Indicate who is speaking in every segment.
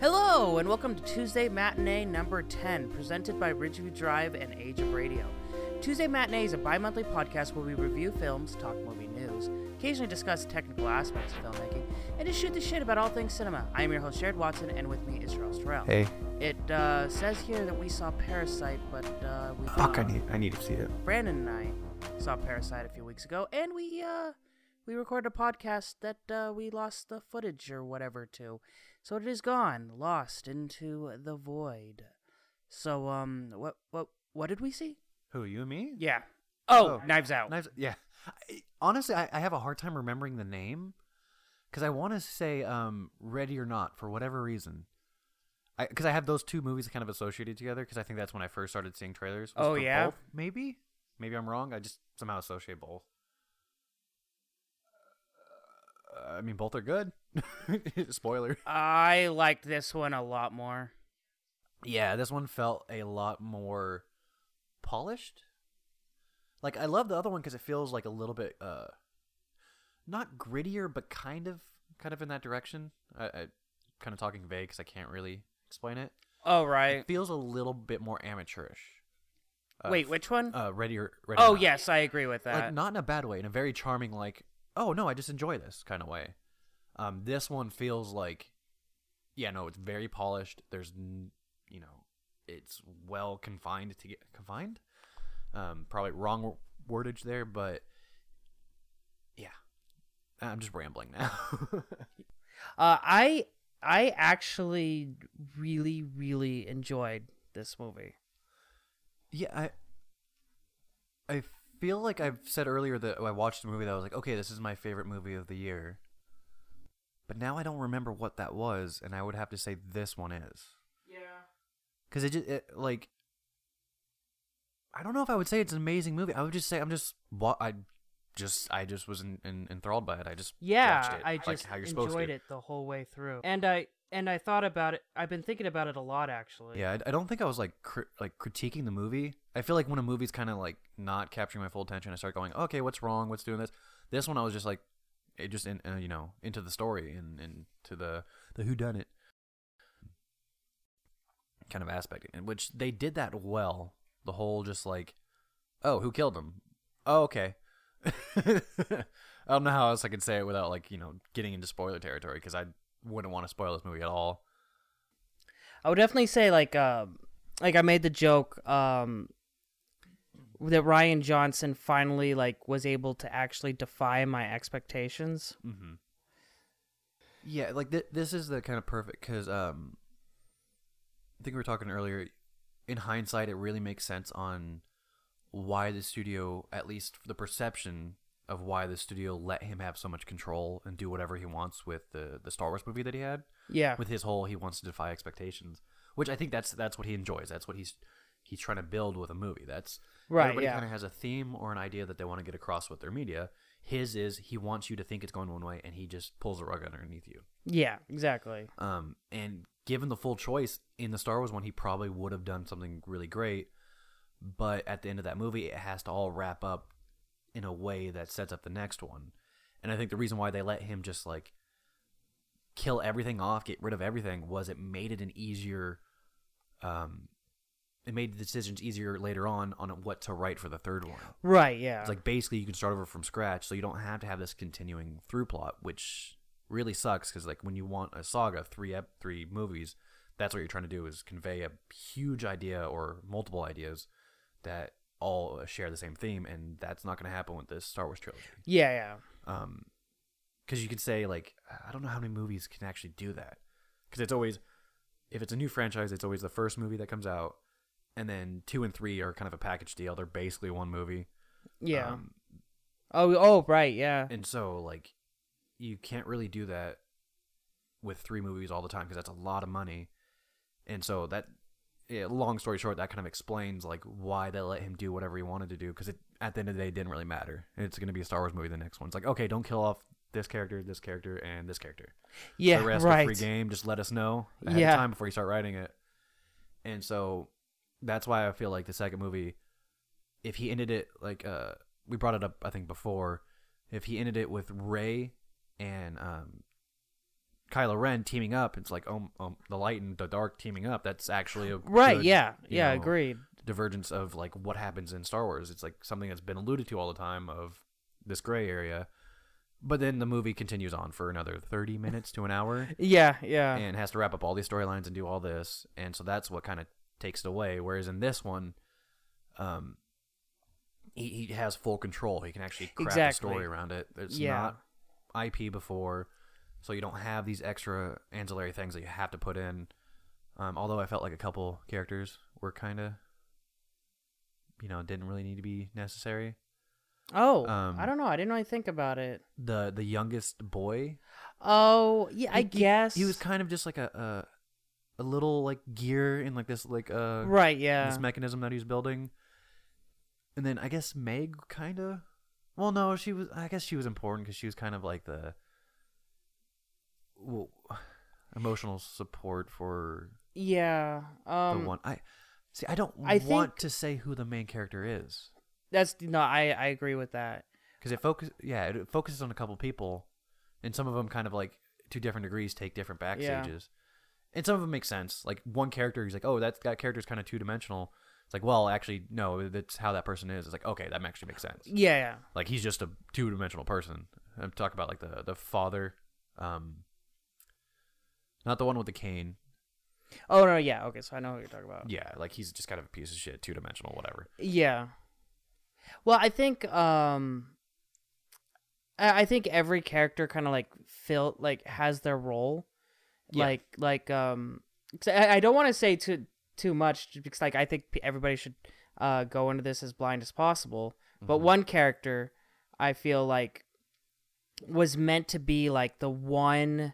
Speaker 1: Hello, and welcome to Tuesday Matinee number 10, presented by Ridgeview Drive and Age of Radio. Tuesday Matinee is a bi monthly podcast where we review films, talk movie news, occasionally discuss technical aspects of filmmaking, and just shoot the shit about all things cinema. I am your host, Jared Watson, and with me is Charles Terrell.
Speaker 2: Hey,
Speaker 1: It uh, says here that we saw Parasite, but uh, we.
Speaker 2: fuck! I
Speaker 1: uh,
Speaker 2: need I need to see it.
Speaker 1: Brandon and I saw Parasite a few weeks ago, and we uh we recorded a podcast that uh, we lost the footage or whatever to, so it is gone, lost into the void. So um, what what what did we see?
Speaker 2: Who you and me?
Speaker 1: Yeah. Oh,
Speaker 2: Oh,
Speaker 1: Knives Out.
Speaker 2: Knives- yeah. I, honestly, I, I have a hard time remembering the name because I want to say um, Ready or Not for whatever reason. Because I, have those two movies kind of associated together because I think that's when I first started seeing trailers. was
Speaker 1: Oh,
Speaker 2: for
Speaker 1: yeah?
Speaker 2: both, maybe maybe I'm wrong. I just somehow associate both. Uh, I mean, both are good. Spoiler.
Speaker 1: I liked this one a lot more.
Speaker 2: Yeah, this one felt a lot more polished. Like I love the other one because it feels like a little bit uh not grittier, but kind of kind of in that direction. I, I kind of talking vague because I can't really explain it.
Speaker 1: Oh
Speaker 2: It
Speaker 1: right.
Speaker 2: feels a little bit more amateurish.
Speaker 1: Wait,
Speaker 2: wait.
Speaker 1: which one?
Speaker 2: Uh, ready or ready? or
Speaker 1: oh
Speaker 2: Not.
Speaker 1: yes, I agree with that.
Speaker 2: Like not in a bad way, in a very charming like, oh no, I just enjoy this kind of way. Um, this one feels like, yeah, no, it's very polished. There's, n- you know, it's well confined to get confined. Um, probably wrong w- wordage there, but yeah, I'm just rambling now.
Speaker 1: Uh, I I actually really really enjoyed this movie.
Speaker 2: Yeah, I I feel like I've said earlier that I watched a movie that I was like, okay, this is my favorite movie of the year. But now I don't remember what that was, and I would have to say this one is
Speaker 1: Yeah.
Speaker 2: because it just it, like I don't know if I would say it's an amazing movie. I would just say I'm just wa- I just I just was en- en- enthralled by it. I just watched
Speaker 3: Yeah,
Speaker 2: it,
Speaker 3: I
Speaker 2: like
Speaker 3: just
Speaker 2: how you're supposed
Speaker 3: enjoyed
Speaker 2: to.
Speaker 3: it the whole way through, and I and I thought about it. I've been thinking about it a lot, actually.
Speaker 2: Yeah, I, I don't think I was like cri- like critiquing the movie. I feel like when a movie's kind of like not capturing my full attention, I start going, okay, what's wrong? What's doing this? This one, I was just like, it just in, uh, you know into the story and and to the the who done it kind of aspect, in which they did that well. The whole just like, oh, who killed him? Oh, okay. I don't know how else I could say it without like you know getting into spoiler territory because I wouldn't want to spoil this movie at all.
Speaker 1: I would definitely say like um like I made the joke um that Ryan Johnson finally like was able to actually defy my expectations.
Speaker 2: Mm-hmm. Yeah, like th- this is the kind of perfect because um, I think we were talking earlier. In hindsight, it really makes sense on why the studio, at least the perception of why the studio let him have so much control and do whatever he wants with the the Star Wars movie that he had
Speaker 1: Yeah.
Speaker 2: with his whole he wants to defy expectations, which I think that's that's what he enjoys. That's what he's he's trying to build with a movie. That's
Speaker 1: Right,
Speaker 2: Everybody
Speaker 1: yeah.
Speaker 2: kind of has a theme or an idea that they want to get across with their media. His is he wants you to think it's going one way, and he just pulls a rug underneath you.
Speaker 1: Yeah, exactly.
Speaker 2: Um, and given the full choice in the Star Wars one, he probably would have done something really great. But at the end of that movie, it has to all wrap up in a way that sets up the next one. And I think the reason why they let him just like kill everything off, get rid of everything, was it made it an easier. Um, it made the decisions easier later on on what to write for the third one.
Speaker 1: Right, yeah.
Speaker 2: It's like basically you can start over from scratch, so you don't have to have this continuing through plot, which really sucks because like when you want a saga, three ep- three movies, that's what you're trying to do is convey a huge idea or multiple ideas that all uh, share the same theme, and that's not going to happen with this Star Wars trilogy.
Speaker 1: yeah, yeah.
Speaker 2: Um, because you could say like I don't know how many movies can actually do that, because it's always if it's a new franchise, it's always the first movie that comes out, and then two and three are kind of a package deal. They're basically one movie.
Speaker 1: Yeah.
Speaker 2: Um,
Speaker 1: oh, oh, right, yeah.
Speaker 2: and so like you can't really do that with three movies all the time because that's a lot of money and so that yeah, long story short that kind of explains like why they let him do whatever he wanted to do because it at the end of the day it didn't really matter it's going to be a star wars movie the next one it's like okay don't kill off this character this character and this character
Speaker 1: Yeah,
Speaker 2: the rest
Speaker 1: right.
Speaker 2: are free game just let us know ahead
Speaker 1: Yeah.
Speaker 2: of time before you start writing it and so that's why i feel like the second movie if he ended it like uh we brought it up i think before if he ended it with ray and um Kylo Ren teaming up, it's like oh, oh, the light and the dark teaming up. That's actually a
Speaker 1: Right,
Speaker 2: good,
Speaker 1: yeah.
Speaker 2: you
Speaker 1: Yeah,
Speaker 2: know,
Speaker 1: agreed.
Speaker 2: divergence of like what happens in Star Wars. It's like something that's been alluded to all the time of this gray area. But then the movie continues on for another 30 minutes to an hour
Speaker 1: Yeah, yeah.
Speaker 2: and has to wrap up all these storylines and do all this. And so that's what kind of takes it away. Whereas in this one, um, he, he has full control. He can actually craft a
Speaker 1: Exactly.
Speaker 2: story around it. It's
Speaker 1: Yeah.
Speaker 2: not IP before, so you don't have these extra ancillary things that you have to put in. Um, although I felt like a couple characters were kind of, you know, didn't really need to be necessary.
Speaker 1: oh,
Speaker 2: um,
Speaker 1: I don't know. I didn't really think about it.
Speaker 2: The the youngest boy
Speaker 1: Oh, yeah, I
Speaker 2: He- he-
Speaker 1: guess.
Speaker 2: he was kind of just like a a, a little like gear in like this like uh
Speaker 1: right, yeah.
Speaker 2: this mechanism that he's building. And then I guess Meg kind of, well, no, she was. I guess she was important because she was kind of like the well, emotional support for
Speaker 1: yeah. Um
Speaker 2: the one. I see. I don't
Speaker 1: I
Speaker 2: want
Speaker 1: think-
Speaker 2: to say who the main character is
Speaker 1: that's no, I I agree with that.
Speaker 2: because it focus. Yeah, it focuses on a couple people, and some of them kind of like to different degrees take different
Speaker 1: Yeah.
Speaker 2: backstages, and some of them make sense. Like one character, he's like, oh, that that character's kind of two dimensional. It's like, well, actually, no, that's how that person is. It's like, okay, that actually makes sense.
Speaker 1: Yeah, yeah.
Speaker 2: like he's just a two dimensional person. I'm talking about like the the father, um, not the one with the cane.
Speaker 1: Oh no, yeah. Okay, so I know who you're talking about.
Speaker 2: Yeah, like he's just kind of a piece of shit, two dimensional, whatever.
Speaker 1: Yeah. Well, I think um I I think every character kind of like fill like has their role.
Speaker 2: Yeah.
Speaker 1: Like like um 'cause I, I don't want to say too too much j- because like I think p- everybody should uh go into this as blind as possible. But
Speaker 2: Mhm.
Speaker 1: one character I feel like was meant to be like the one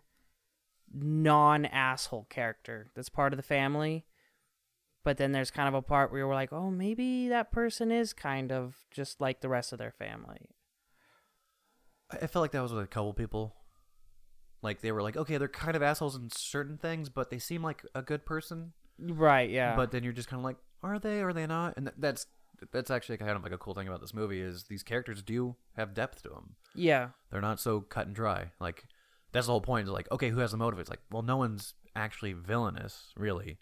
Speaker 1: non-asshole character that's part of the family but then there's kind of a part where we're like, oh, maybe that person is kind of just like the rest of their family.
Speaker 2: I I felt like that was with a couple people. Like they were like, okay, they're kind of assholes in certain things, but they seem like a good person.
Speaker 1: Right, yeah.
Speaker 2: But then you're just kind of like, are they? Are they not? And th- that's that's actually kind of like a cool thing about this movie is these characters do have depth to them.
Speaker 1: yeah.
Speaker 2: They're not so cut and dry. Like that's the whole point. Is like, okay, who has the motive? It's like, well, no one's actually villainous, really.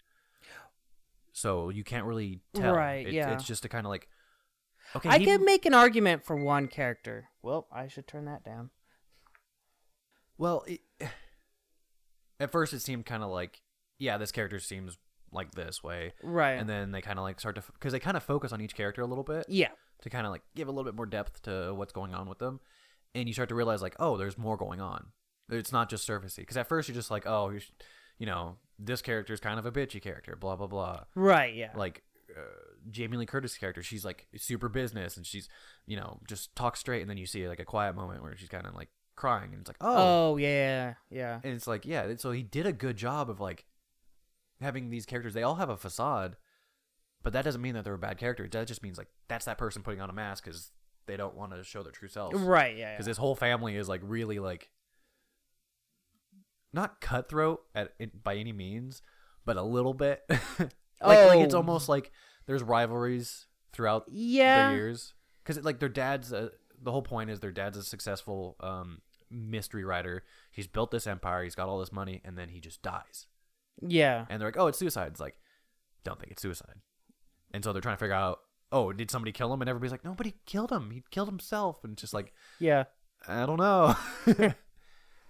Speaker 2: So you can't really tell.
Speaker 1: Right,
Speaker 2: It's-
Speaker 1: yeah.
Speaker 2: It's just a kind of like. Okay.
Speaker 1: I
Speaker 2: he-
Speaker 1: could make an argument for one character. Well, I should turn that down.
Speaker 2: Well, it, at first it seemed kind of like, yeah, this character seems like this way,
Speaker 1: Right.
Speaker 2: and then they kind of like start to because they kind of focus on each character a little bit
Speaker 1: yeah.
Speaker 2: to kind of like give a little bit more depth to what's going on with them, and you start to realize like, oh, there's more going on. It's not just surfacey because at first you're just like, oh, you sh- you know, this character's kind of a bitchy character, blah blah blah
Speaker 1: Right, yeah.
Speaker 2: like uh, Jamie Lee Curtis character. She's like super business and she's you know just talks straight, and then you see like a quiet moment where she's kind of like crying, and it's like oh,
Speaker 1: oh, yeah, yeah.
Speaker 2: and it's like yeah. and So he did a good job of like having these characters. They all have a facade, but that doesn't mean that they're a bad character. That just means like that's that person putting on a mask because they don't want to show their true selves.
Speaker 1: Right, yeah.
Speaker 2: Because
Speaker 1: yeah.
Speaker 2: this whole family is like really like not cutthroat at in, by any means, but a little bit. like, like it's
Speaker 1: Oh.
Speaker 2: almost like there's rivalries throughout
Speaker 1: yeah.
Speaker 2: the years because like their dad's a, the whole point is their dad's a successful um, mystery writer. He's built this empire. He's got all this money, and then he just dies.
Speaker 1: Yeah.
Speaker 2: And they're like, "Oh, it's suicide." It's like, don't think it's suicide. And so they're trying to figure out, "Oh, did somebody kill him?" And everybody's like, "Nobody killed him. He killed himself." And it's just like.
Speaker 1: Yeah.
Speaker 2: I don't know.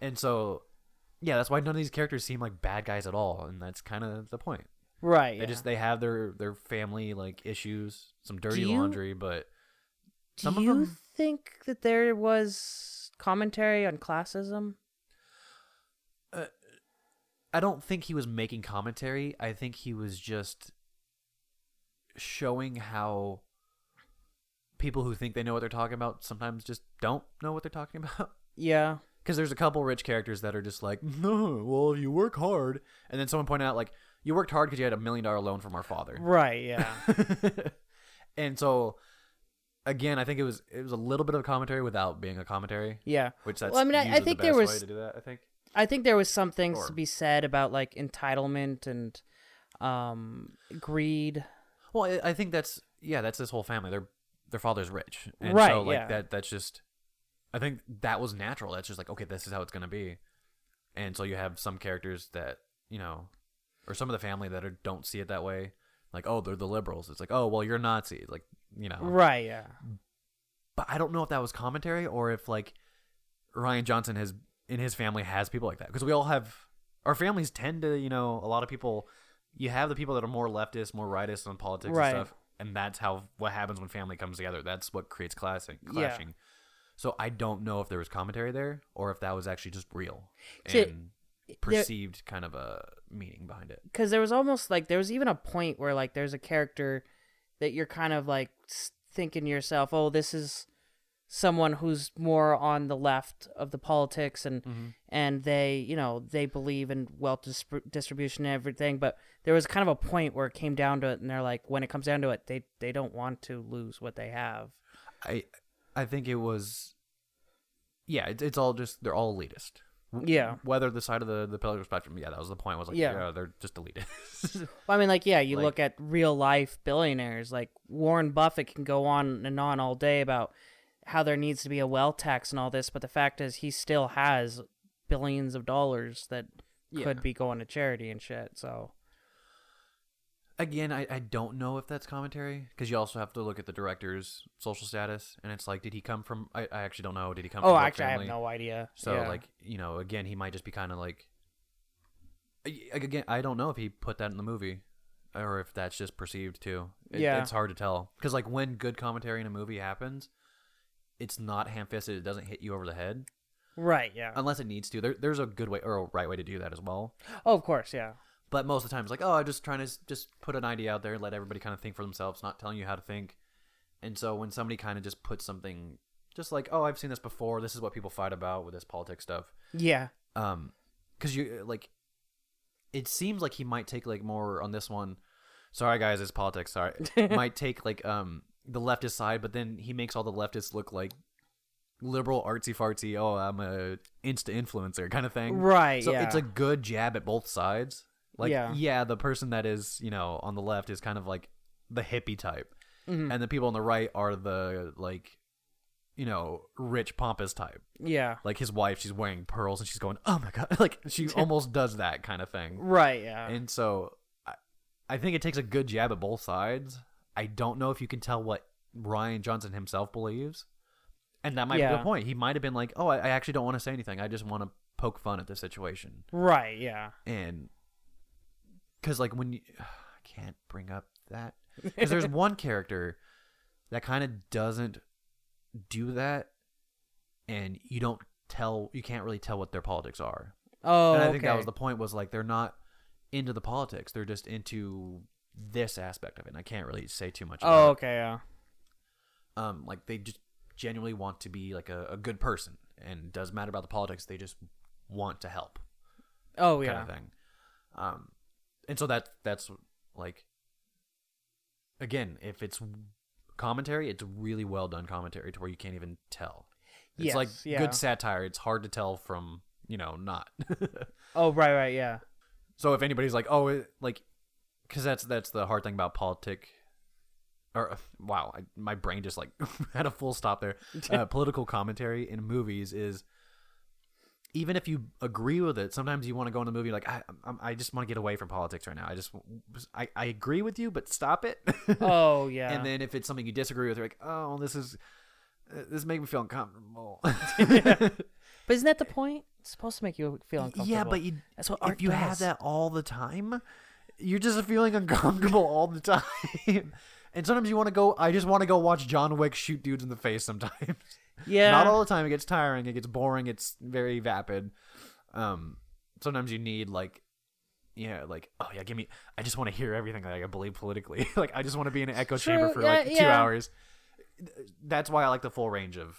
Speaker 2: and so, yeah, that's why none of these characters seem like bad guys at all, and that's kind of the point.
Speaker 1: Right. yeah.
Speaker 2: They just they have their their family like issues, some dirty
Speaker 1: you-
Speaker 2: laundry, but
Speaker 1: Do
Speaker 2: some of
Speaker 1: you
Speaker 2: them-
Speaker 1: think that there was commentary on classism?
Speaker 2: I don't think he was making commentary. I think he was just showing how people who think they know what they're talking about sometimes just don't know what they're talking about.
Speaker 1: Yeah.
Speaker 2: because there's a couple rich characters that are just like, no, well, if you work hard, and then someone pointed out like, you worked hard because you had a million dollar loan from our father,
Speaker 1: Right, yeah.
Speaker 2: and so again, I think it was it was a little bit of commentary without being a commentary,
Speaker 1: yeah.
Speaker 2: which that's
Speaker 1: Well, I mean, I- I
Speaker 2: usually
Speaker 1: think
Speaker 2: the
Speaker 1: there
Speaker 2: best
Speaker 1: was-
Speaker 2: way to do that. I think
Speaker 1: I think there was some things
Speaker 2: Or-
Speaker 1: to be said about like entitlement and um greed.
Speaker 2: Well, I, I think that's yeah, that's this whole family. Their their father's rich, and
Speaker 1: Right,
Speaker 2: So like
Speaker 1: yeah.
Speaker 2: that that's just. I think that was natural. That's just like okay, this is how it's gonna be. and so you have some characters that you know, or some of the family that are, don't see it that way. Like, oh, they're the liberals. It's like, oh, well, you're Nazi. Like, you know,
Speaker 1: Right, yeah.
Speaker 2: but I don't know if that was commentary or if like Ryan Johnson has in his family has people like that because we all have our families tend to you know a lot of people you have the people that are more leftist more rightist on politics
Speaker 1: Right.
Speaker 2: and stuff and that's how what happens when family comes together that's what creates clashing
Speaker 1: Yeah.
Speaker 2: clashing so I don't know if there was commentary there or if that was actually just real
Speaker 1: See,
Speaker 2: and perceived kind of a meaning behind it
Speaker 1: because there was almost like there was even a point where like there's a character that you're kind of like s- thinking to yourself oh this is someone who's more on the left of the politics and and they you know they believe in wealth dis- distribution and everything but there was kind of a point where it came down to it and they're like when it comes down to it they they don't want to lose what they have
Speaker 2: I I think it was yeah it's, it's all just they're all elitist
Speaker 1: yeah
Speaker 2: whether the side of the the political spectrum. Yeah, that was the point. Was like,
Speaker 1: Yeah.
Speaker 2: yeah, they're just elitist.
Speaker 1: Well, I mean, like, yeah, you
Speaker 2: Like-
Speaker 1: look at real life billionaires. Like Warren Buffett can go on and on all day about how there needs to be a wealth tax and all this, but the fact is, he still has billions of dollars that could be going to charity and shit. So,
Speaker 2: Again, I, I don't know if that's commentary because you also have to look at the director's social status, and it's like, did he come from? I, I actually don't know. Did he come?
Speaker 1: oh,
Speaker 2: from what
Speaker 1: actually, I
Speaker 2: family?
Speaker 1: have no idea.
Speaker 2: So
Speaker 1: Yeah.
Speaker 2: like you know, again, he might just be kind of like. I- Again, I don't know if he put that in the movie, or if that's just perceived too. It-
Speaker 1: Yeah.
Speaker 2: it's hard to tell because like when good commentary in a movie happens, it's not ham-fisted. It doesn't hit you over the head
Speaker 1: right, yeah.
Speaker 2: unless it needs to. There, there's a good way or a right way to do that as well.
Speaker 1: oh, of course, yeah,
Speaker 2: But most of the time, it's like, oh, I'm just trying to s- just put an idea out there, let everybody kind of think for themselves, not telling you how to think. And so when somebody kind of just puts something, just like, oh, I've seen this before. This is what people fight about with this politics stuff.
Speaker 1: yeah,
Speaker 2: Um, because you like, it seems like he might take like more on this one. Sorry, guys, it's politics. Sorry, might take like um the leftist side, but then he makes all the leftists look like liberal artsy fartsy. Oh, I'm a insta influencer kind of thing.
Speaker 1: right,
Speaker 2: So
Speaker 1: yeah.
Speaker 2: it's a good jab at both sides. Like,
Speaker 1: Yeah.
Speaker 2: yeah. the person that is, you know, on the left is kind of like the hippie type.
Speaker 1: Mhm.
Speaker 2: And the people on the right are the, like, you know, rich, pompous type.
Speaker 1: yeah,
Speaker 2: Like his wife, she's wearing pearls and she's going, oh my God. Like, she almost does that kind of thing.
Speaker 1: right, yeah,
Speaker 2: And so I, I think it takes a good jab at both sides. I don't know if you can tell what Ryan Johnson himself believes. And that might be
Speaker 1: Yeah.
Speaker 2: the point. He might have been like, oh, I, I actually don't want to say anything. I just want to poke fun at the situation
Speaker 1: right, yeah.
Speaker 2: and because like when you I can't bring up that because there's one character that kind of doesn't do that and you don't tell you can't really tell what their politics are
Speaker 1: Oh,
Speaker 2: and i
Speaker 1: okay.
Speaker 2: think that was the point was like they're not into the politics they're just into this aspect of it and i can't really say too much
Speaker 1: oh,
Speaker 2: about
Speaker 1: okay, yeah,
Speaker 2: it. um like they just genuinely want to be like a, a good person and it doesn't matter about the politics they just want to help
Speaker 1: oh,
Speaker 2: kind
Speaker 1: yeah,
Speaker 2: of thing. Um, and so that that's like again, if it's commentary, it's really well done commentary to where you can't even tell. It's like
Speaker 1: Yes, yeah.
Speaker 2: good satire. It's hard to tell from you know not.
Speaker 1: oh, right, right, yeah,
Speaker 2: so if anybody's like, oh, it, like, because that's that's the hard thing about politic. Or wow, I, my brain just like had a full stop there. Uh, political commentary in movies is even if you agree with it, sometimes you want to go in the movie like I I'm, I just want to get away from politics right now. I just I, I agree with you, but stop it.
Speaker 1: oh, yeah,
Speaker 2: And then if it's something you disagree with, you're like, oh, this is uh, this makes me feel uncomfortable.
Speaker 1: But isn't that the point? It's supposed to make you feel uncomfortable.
Speaker 2: Yeah, but you,
Speaker 1: That's what
Speaker 2: if
Speaker 1: art
Speaker 2: you have
Speaker 1: does.
Speaker 2: that all the time, you're just feeling uncomfortable all the time. And sometimes you want to go. I just want to go watch John Wick shoot dudes in the face. Sometimes,
Speaker 1: yeah,
Speaker 2: not all the time. It gets tiring. It gets boring. It's very vapid. Um, sometimes you need like, yeah, like oh yeah, give me. I just want to hear everything that I believe politically. like I just want to be in an echo
Speaker 1: True,
Speaker 2: chamber for
Speaker 1: yeah,
Speaker 2: like two
Speaker 1: yeah.
Speaker 2: hours. That's why I like the full range of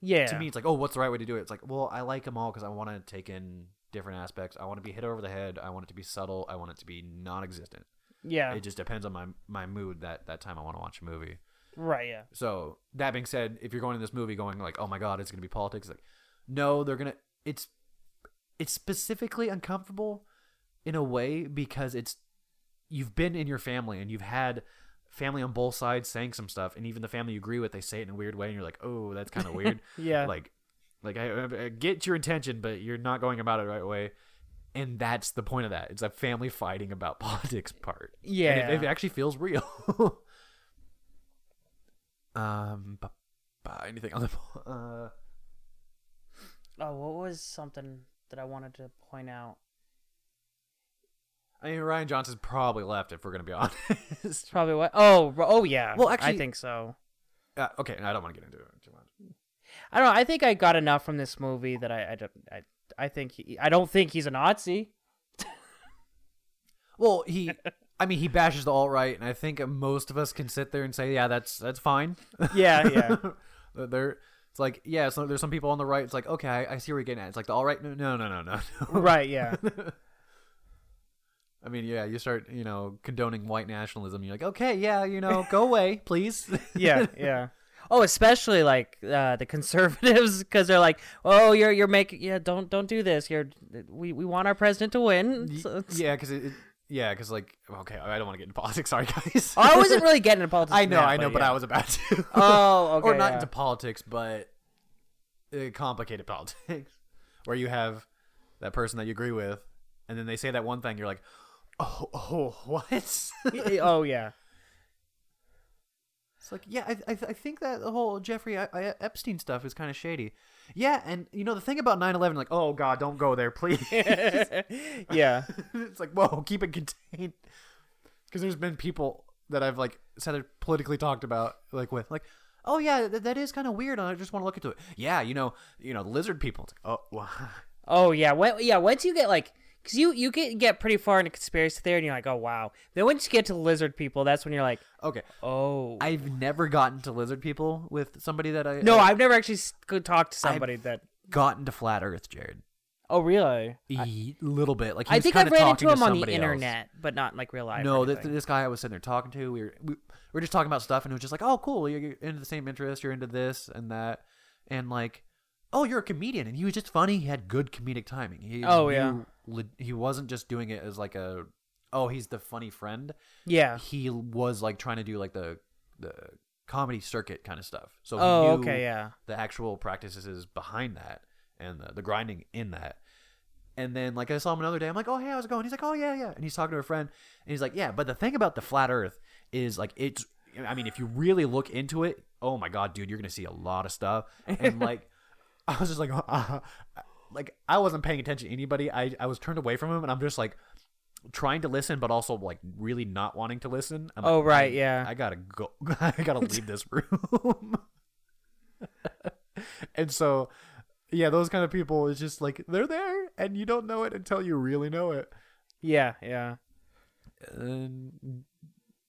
Speaker 1: yeah.
Speaker 2: to me it's like oh what's the right way to do it it's like well i like them all because i want to take in different aspects i want to be hit over the head i want it to be subtle i want it to be non-existent
Speaker 1: yeah,
Speaker 2: it just depends on my my mood that that time i want to watch a movie
Speaker 1: right, yeah,
Speaker 2: so that being said if you're going to this movie going like oh my god it's gonna be politics like no they're gonna it's it's specifically uncomfortable in a way because it's you've been in your family and you've had family on both sides saying some stuff and even the family you agree with they say it in a weird way and you're like oh that's kind of weird
Speaker 1: yeah,
Speaker 2: like Like I, I- I get your intention, but you're not going about it the right way. And that's the point of that. It's a family fighting about politics part. And it-
Speaker 1: Yeah.
Speaker 2: it, actually feels real. um, bu- bu- anything on the po- uh,
Speaker 1: Oh, what was something that I wanted to point out?
Speaker 2: I mean, Ryan Johnson's probably left if we're gonna be honest.
Speaker 1: Probably what? Oh, ro- oh yeah.
Speaker 2: Well, actually-
Speaker 1: I think so.
Speaker 2: uh, okay, I don't want to get into it too much.
Speaker 1: I don't know. I think I got enough from this movie that I I don't, I, I think he, I don't think he's a Nazi.
Speaker 2: Well, he, I mean, he bashes the alt right, and I think most of us can sit there and say, yeah, that's that's fine.
Speaker 1: Yeah, yeah.
Speaker 2: there, it's like, yeah, so there's some people on the right. It's like, okay, I, I see where you're getting at. It's like the alt right, no, no, no, no, no. no.
Speaker 1: right, yeah.
Speaker 2: I mean, yeah, you start, you know, condoning white nationalism. You're like, okay, yeah, you know, go away, please.
Speaker 1: Yeah, yeah. Oh, especially like uh, the conservatives because they're like, "Oh, you're you're making yeah, don't don't do this. You're we, we want our president to win." So it's-
Speaker 2: yeah, because it, it, yeah, because like, okay, I don't want to get into politics. Sorry, guys.
Speaker 1: Oh, I wasn't really getting into politics.
Speaker 2: I
Speaker 1: in
Speaker 2: know,
Speaker 1: that,
Speaker 2: I know, but,
Speaker 1: yeah.
Speaker 2: I was about to.
Speaker 1: Oh, okay.
Speaker 2: or not
Speaker 1: yeah.
Speaker 2: into politics, but uh, complicated politics, where you have that person that you agree with, and then they say that one thing, you're like, oh, oh what? it's
Speaker 1: Y- y- oh yeah.
Speaker 2: like, yeah, I, I, I think that the whole Jeffrey I, I, Epstein stuff is kind of shady. Yeah, and you know the thing about 9-11, like, oh god, don't go there, please.
Speaker 1: yeah.
Speaker 2: it's like, whoa, keep it contained, because there's been people that I've like said it politically talked about, like with like. Oh yeah, th- that is kind of weird. and I just want to look into it. Yeah, you know, you know, lizard people. It's like, oh, wow.
Speaker 1: Oh yeah. When, yeah. Once you get like, cause you you get get pretty far into conspiracy theory, and you're like, "Oh wow." Then once you get to lizard people, that's when you're like,
Speaker 2: Okay.
Speaker 1: "Oh."
Speaker 2: I've never gotten to lizard people with somebody that I
Speaker 1: no,
Speaker 2: I've
Speaker 1: I've never actually s- could talk to somebody that.
Speaker 2: gotten to flat earth, Jared.
Speaker 1: Oh really?
Speaker 2: A little bit. Like he
Speaker 1: I
Speaker 2: was
Speaker 1: think
Speaker 2: kinda
Speaker 1: I've ran
Speaker 2: talking
Speaker 1: into him
Speaker 2: to
Speaker 1: on the
Speaker 2: somebody else.
Speaker 1: internet, but not in, like real life.
Speaker 2: No,
Speaker 1: or
Speaker 2: th-
Speaker 1: anything.
Speaker 2: this guy I was sitting there talking to, we were, we, we were just talking about stuff, and it was just like, oh, cool, you're, you're into the same interest, you're into this and that, and like, oh, you're a comedian, and he was just funny. He had good comedic timing. He,
Speaker 1: Oh,
Speaker 2: knew
Speaker 1: yeah.
Speaker 2: le- he wasn't just doing it as like a, oh, he's the funny friend.
Speaker 1: yeah.
Speaker 2: He was like trying to do like the the comedy circuit kind of stuff. So he
Speaker 1: Oh
Speaker 2: knew
Speaker 1: okay. Yeah.
Speaker 2: the actual practices behind that and the, the grinding in that. And then like I saw him another day, I'm like, oh hey, how's it going? He's like, oh yeah, yeah. And he's talking to a friend, and he's like, yeah. But the thing about the flat Earth is like it's. I mean, if you really look into it, oh my god, dude, you're gonna see a lot of stuff. And like, I was just like, uh, like I wasn't paying attention to anybody. I I was turned away from him, and I'm just like trying to listen, but also like really not wanting to listen. I'm like,
Speaker 1: Oh right.
Speaker 2: I-
Speaker 1: Yeah.
Speaker 2: I gotta go. I gotta leave this room. and so, yeah, those kind of people is just like they're there, and you don't know it until you really know it.
Speaker 1: yeah. Yeah.
Speaker 2: And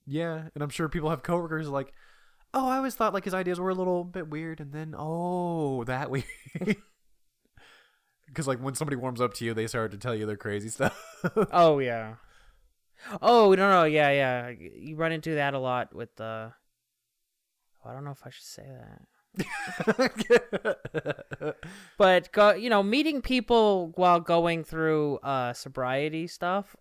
Speaker 2: yeah, and I'm sure people have coworkers like, oh, I always thought like his ideas were a little bit weird, and then oh, that weird. Because like when somebody warms up to you, they start to tell you their crazy stuff.
Speaker 1: Oh yeah. Oh no no yeah yeah. You run into that a lot with the. Oh, I don't know if I should say that. but go, you know meeting people while going through uh sobriety stuff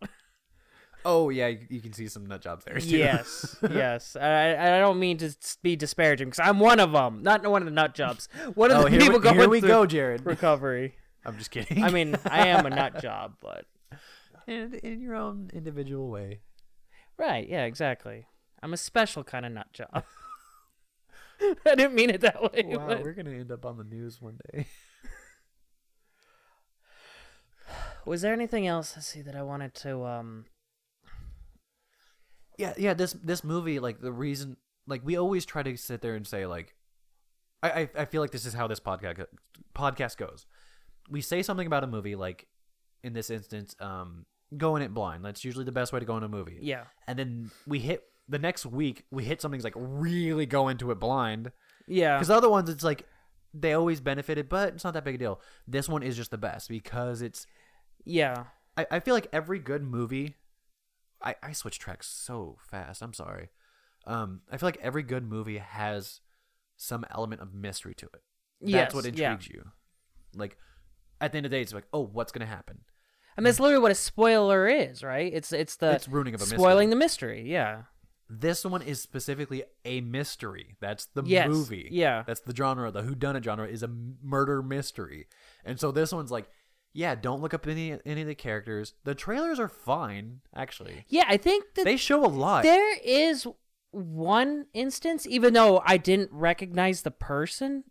Speaker 2: oh yeah, you, you can see some nut jobs there. Too.
Speaker 1: yes yes I, I don't mean to s- be disparaging because i'm one of them not one of the nut jobs one of
Speaker 2: Oh,
Speaker 1: the
Speaker 2: here
Speaker 1: people
Speaker 2: we,
Speaker 1: going
Speaker 2: here we
Speaker 1: through
Speaker 2: go, Jared.
Speaker 1: recovery
Speaker 2: I'm just kidding.
Speaker 1: i mean i am a nut job but
Speaker 2: in, in your own individual way.
Speaker 1: right yeah exactly i'm a special kind of nut job i didn't mean it that way
Speaker 2: Wow,
Speaker 1: but-
Speaker 2: we're gonna end up on the news one day.
Speaker 1: was there anything else let's see that i wanted to um
Speaker 2: Yeah, yeah. This this movie, like the reason, like we always try to sit there and say, like, I I, I feel like this is how this podcast podcast goes. We say something about a movie, like in this instance, um, going it blind. That's usually the best way to go in a movie.
Speaker 1: yeah
Speaker 2: and then we hit the next week. We hit something's like really go into it blind.
Speaker 1: yeah
Speaker 2: Because the other ones, it's like they always benefited, but it's not that big a deal. This one is just the best because it's.
Speaker 1: yeah
Speaker 2: I, I feel like every good movie. I, I switch tracks so fast. I'm sorry. Um, I feel like every good movie has some element of mystery to it. That's
Speaker 1: Yes,
Speaker 2: what
Speaker 1: yeah.
Speaker 2: intrigues you. Like, at the end of the day, it's like, oh, what's gonna happen?
Speaker 1: I mean, that's literally what a spoiler is, right? It's it's the
Speaker 2: It's ruining of a mystery.
Speaker 1: spoiling the mystery. Yeah,
Speaker 2: This one is specifically a mystery. That's the
Speaker 1: Yes,
Speaker 2: movie.
Speaker 1: yeah.
Speaker 2: That's the genre. The whodunit genre is a m- murder mystery. And so this one's like, yeah, don't look up any any of the characters. The trailers are fine, actually.
Speaker 1: Yeah, I think that
Speaker 2: They show a lot.
Speaker 1: there is one instance, even though I didn't recognize the person.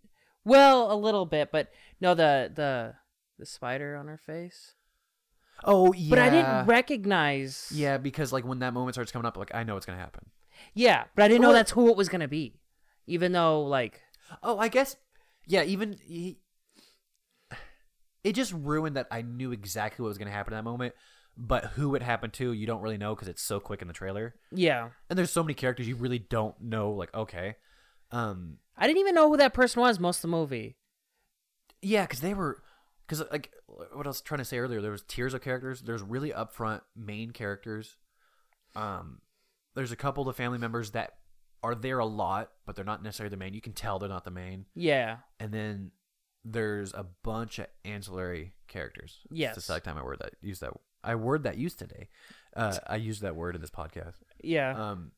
Speaker 1: Well, a little bit, but no, the the the spider on her face.
Speaker 2: oh yeah.
Speaker 1: But I didn't recognize.
Speaker 2: Yeah, because like when that moment starts coming up, like I know it's gonna happen.
Speaker 1: Yeah, but I didn't know
Speaker 2: Well-
Speaker 1: that's who it was gonna be, even though like
Speaker 2: Oh, I guess. Yeah, even he, it just ruined that I knew exactly what was going to happen in that moment, but who it happened to, you don't really know because it's so quick in the trailer,
Speaker 1: yeah,
Speaker 2: and there's so many characters you really don't know. Like, okay, um,
Speaker 1: I didn't even know who that person was most of the movie.
Speaker 2: yeah, because they were, because like what I was trying to say earlier, there was tiers of characters. There's really upfront main characters. Um, there's a couple of family members that are there a lot, but they're not necessarily the main. You can tell they're not the main.
Speaker 1: Yeah,
Speaker 2: and then there's a bunch of ancillary characters.
Speaker 1: Yes.
Speaker 2: it's the second time I word that use that I word that use today. Uh, I used that word in this podcast.
Speaker 1: yeah,
Speaker 2: Um,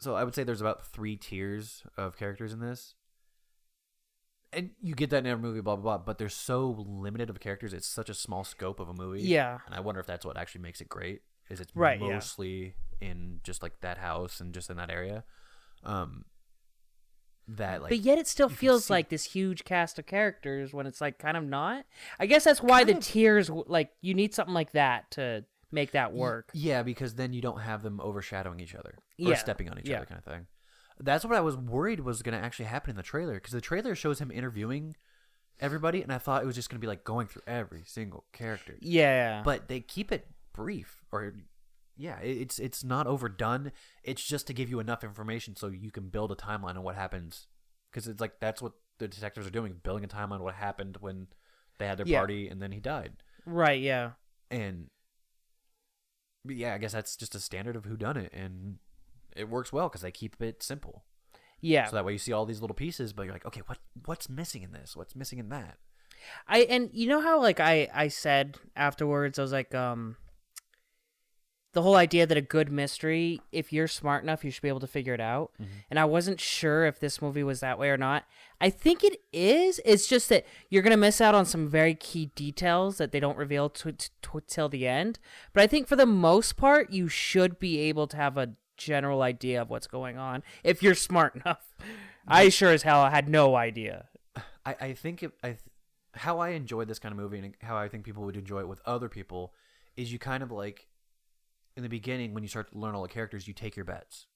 Speaker 2: so I would say there's about three tiers of characters in this, and you get that in every movie, blah blah blah. But there's so limited of characters; it's such a small scope of a movie.
Speaker 1: Yeah.
Speaker 2: and I wonder if that's what actually makes it great. Is it's
Speaker 1: Right, yeah.
Speaker 2: mostly in just like that house and just in that area. Um, that like
Speaker 1: but yet it still
Speaker 2: you can
Speaker 1: feels
Speaker 2: see-
Speaker 1: like this huge cast of characters when it's like kind of not. I guess that's why the
Speaker 2: Kind of.
Speaker 1: tiers w- like you need something like that to make that
Speaker 2: Y-
Speaker 1: work.
Speaker 2: Yeah, because then you don't have them overshadowing each other or
Speaker 1: Yeah,
Speaker 2: stepping on each
Speaker 1: yeah.
Speaker 2: other kind of thing. That's what I was worried was going to actually happen in the trailer because the trailer shows him interviewing everybody, and I thought it was just going to be like going through every single character.
Speaker 1: Yeah,
Speaker 2: But they keep it brief, or yeah, it- it's it's not overdone. It's just to give you enough information so you can build a timeline on what happens because it's like that's what the detectives are doing, building a timeline on what happened when they had their
Speaker 1: Yeah.
Speaker 2: party and then he died
Speaker 1: right, yeah.
Speaker 2: and but yeah, I guess that's just a standard of who done it, and it works well because they keep it simple.
Speaker 1: Yeah.
Speaker 2: So that way you see all these little pieces, but you're like, okay, what what's missing in this? What's missing in that?
Speaker 1: I and you know how like I I said afterwards I was like um the whole idea that a good mystery if you're smart enough you should be able to figure it out. And I wasn't sure if this movie was that way or not. I think it is. It's just that you're going to miss out on some very key details that they don't reveal to, to, to, till the end. But I think for the most part you should be able to have a general idea of what's going on if you're smart enough. I sure as hell had no idea.
Speaker 2: I, I think it, I th- how I enjoy this kind of movie and how I think people would enjoy it with other people is you kind of like in the beginning when you start to learn all the characters, you take your bets.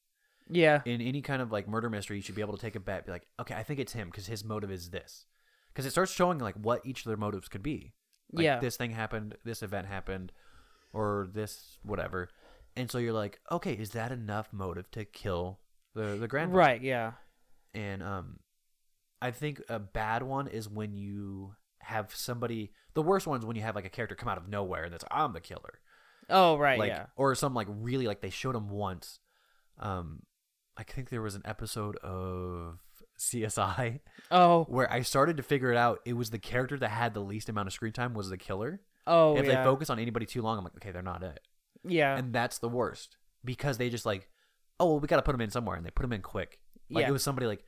Speaker 1: Yeah.
Speaker 2: in any kind of like murder mystery, you should be able to take a bet. Be like, okay, I think it's him because his motive is this. Because it starts showing like what each of their motives could be. Like,
Speaker 1: Yeah.
Speaker 2: This thing happened. This event happened, or this whatever. And so you're like, okay, is that enough motive to kill the the grandfather?
Speaker 1: Right, yeah.
Speaker 2: And um, I think a bad one is when you have somebody. The worst one's when you have like a character come out of nowhere and that's I'm the killer
Speaker 1: Oh right,
Speaker 2: like
Speaker 1: yeah.
Speaker 2: or some like really like they showed him once um i think there was an episode of csi
Speaker 1: Oh,
Speaker 2: where i started to figure it out it was the character that had the least amount of screen time was the killer
Speaker 1: oh
Speaker 2: if
Speaker 1: yeah,
Speaker 2: they focus on anybody too long i'm like okay they're not it
Speaker 1: yeah,
Speaker 2: and that's the worst because they just like oh well, we gotta put them in somewhere and they put them in quick like
Speaker 1: Yeah.
Speaker 2: it was somebody like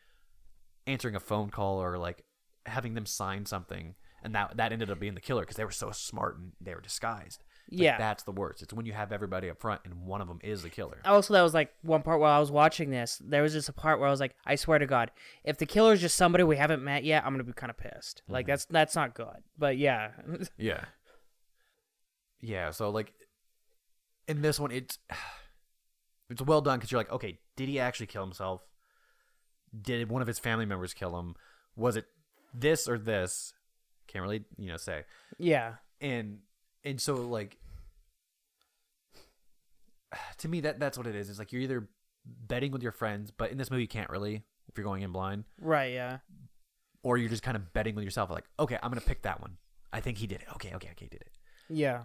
Speaker 2: answering a phone call or like having them sign something and that that ended up being the killer because they were so smart and they were disguised Like,
Speaker 1: yeah.
Speaker 2: that's the worst. It's when you have everybody up front and one of them is the killer.
Speaker 1: also, that was like one part while I was watching this. There was just a part where I was like, I swear to God, if the killer is just somebody we haven't met yet, I'm gonna be kind of pissed. Like
Speaker 2: Mm-hmm.
Speaker 1: that's that's not good. But yeah,
Speaker 2: Yeah. Yeah. So like, in this one, it's it's well done because you're like, okay, did he actually kill himself? Did one of his family members kill him? Was it this or this? Can't really you know say.
Speaker 1: yeah,
Speaker 2: and and so like to me that that's what it is it's like you're either betting with your friends but in this movie you can't really if you're going in blind
Speaker 1: right, yeah,
Speaker 2: or you're just kind of betting with yourself like okay i'm gonna pick that one i think he did it okay okay okay he did it
Speaker 1: yeah.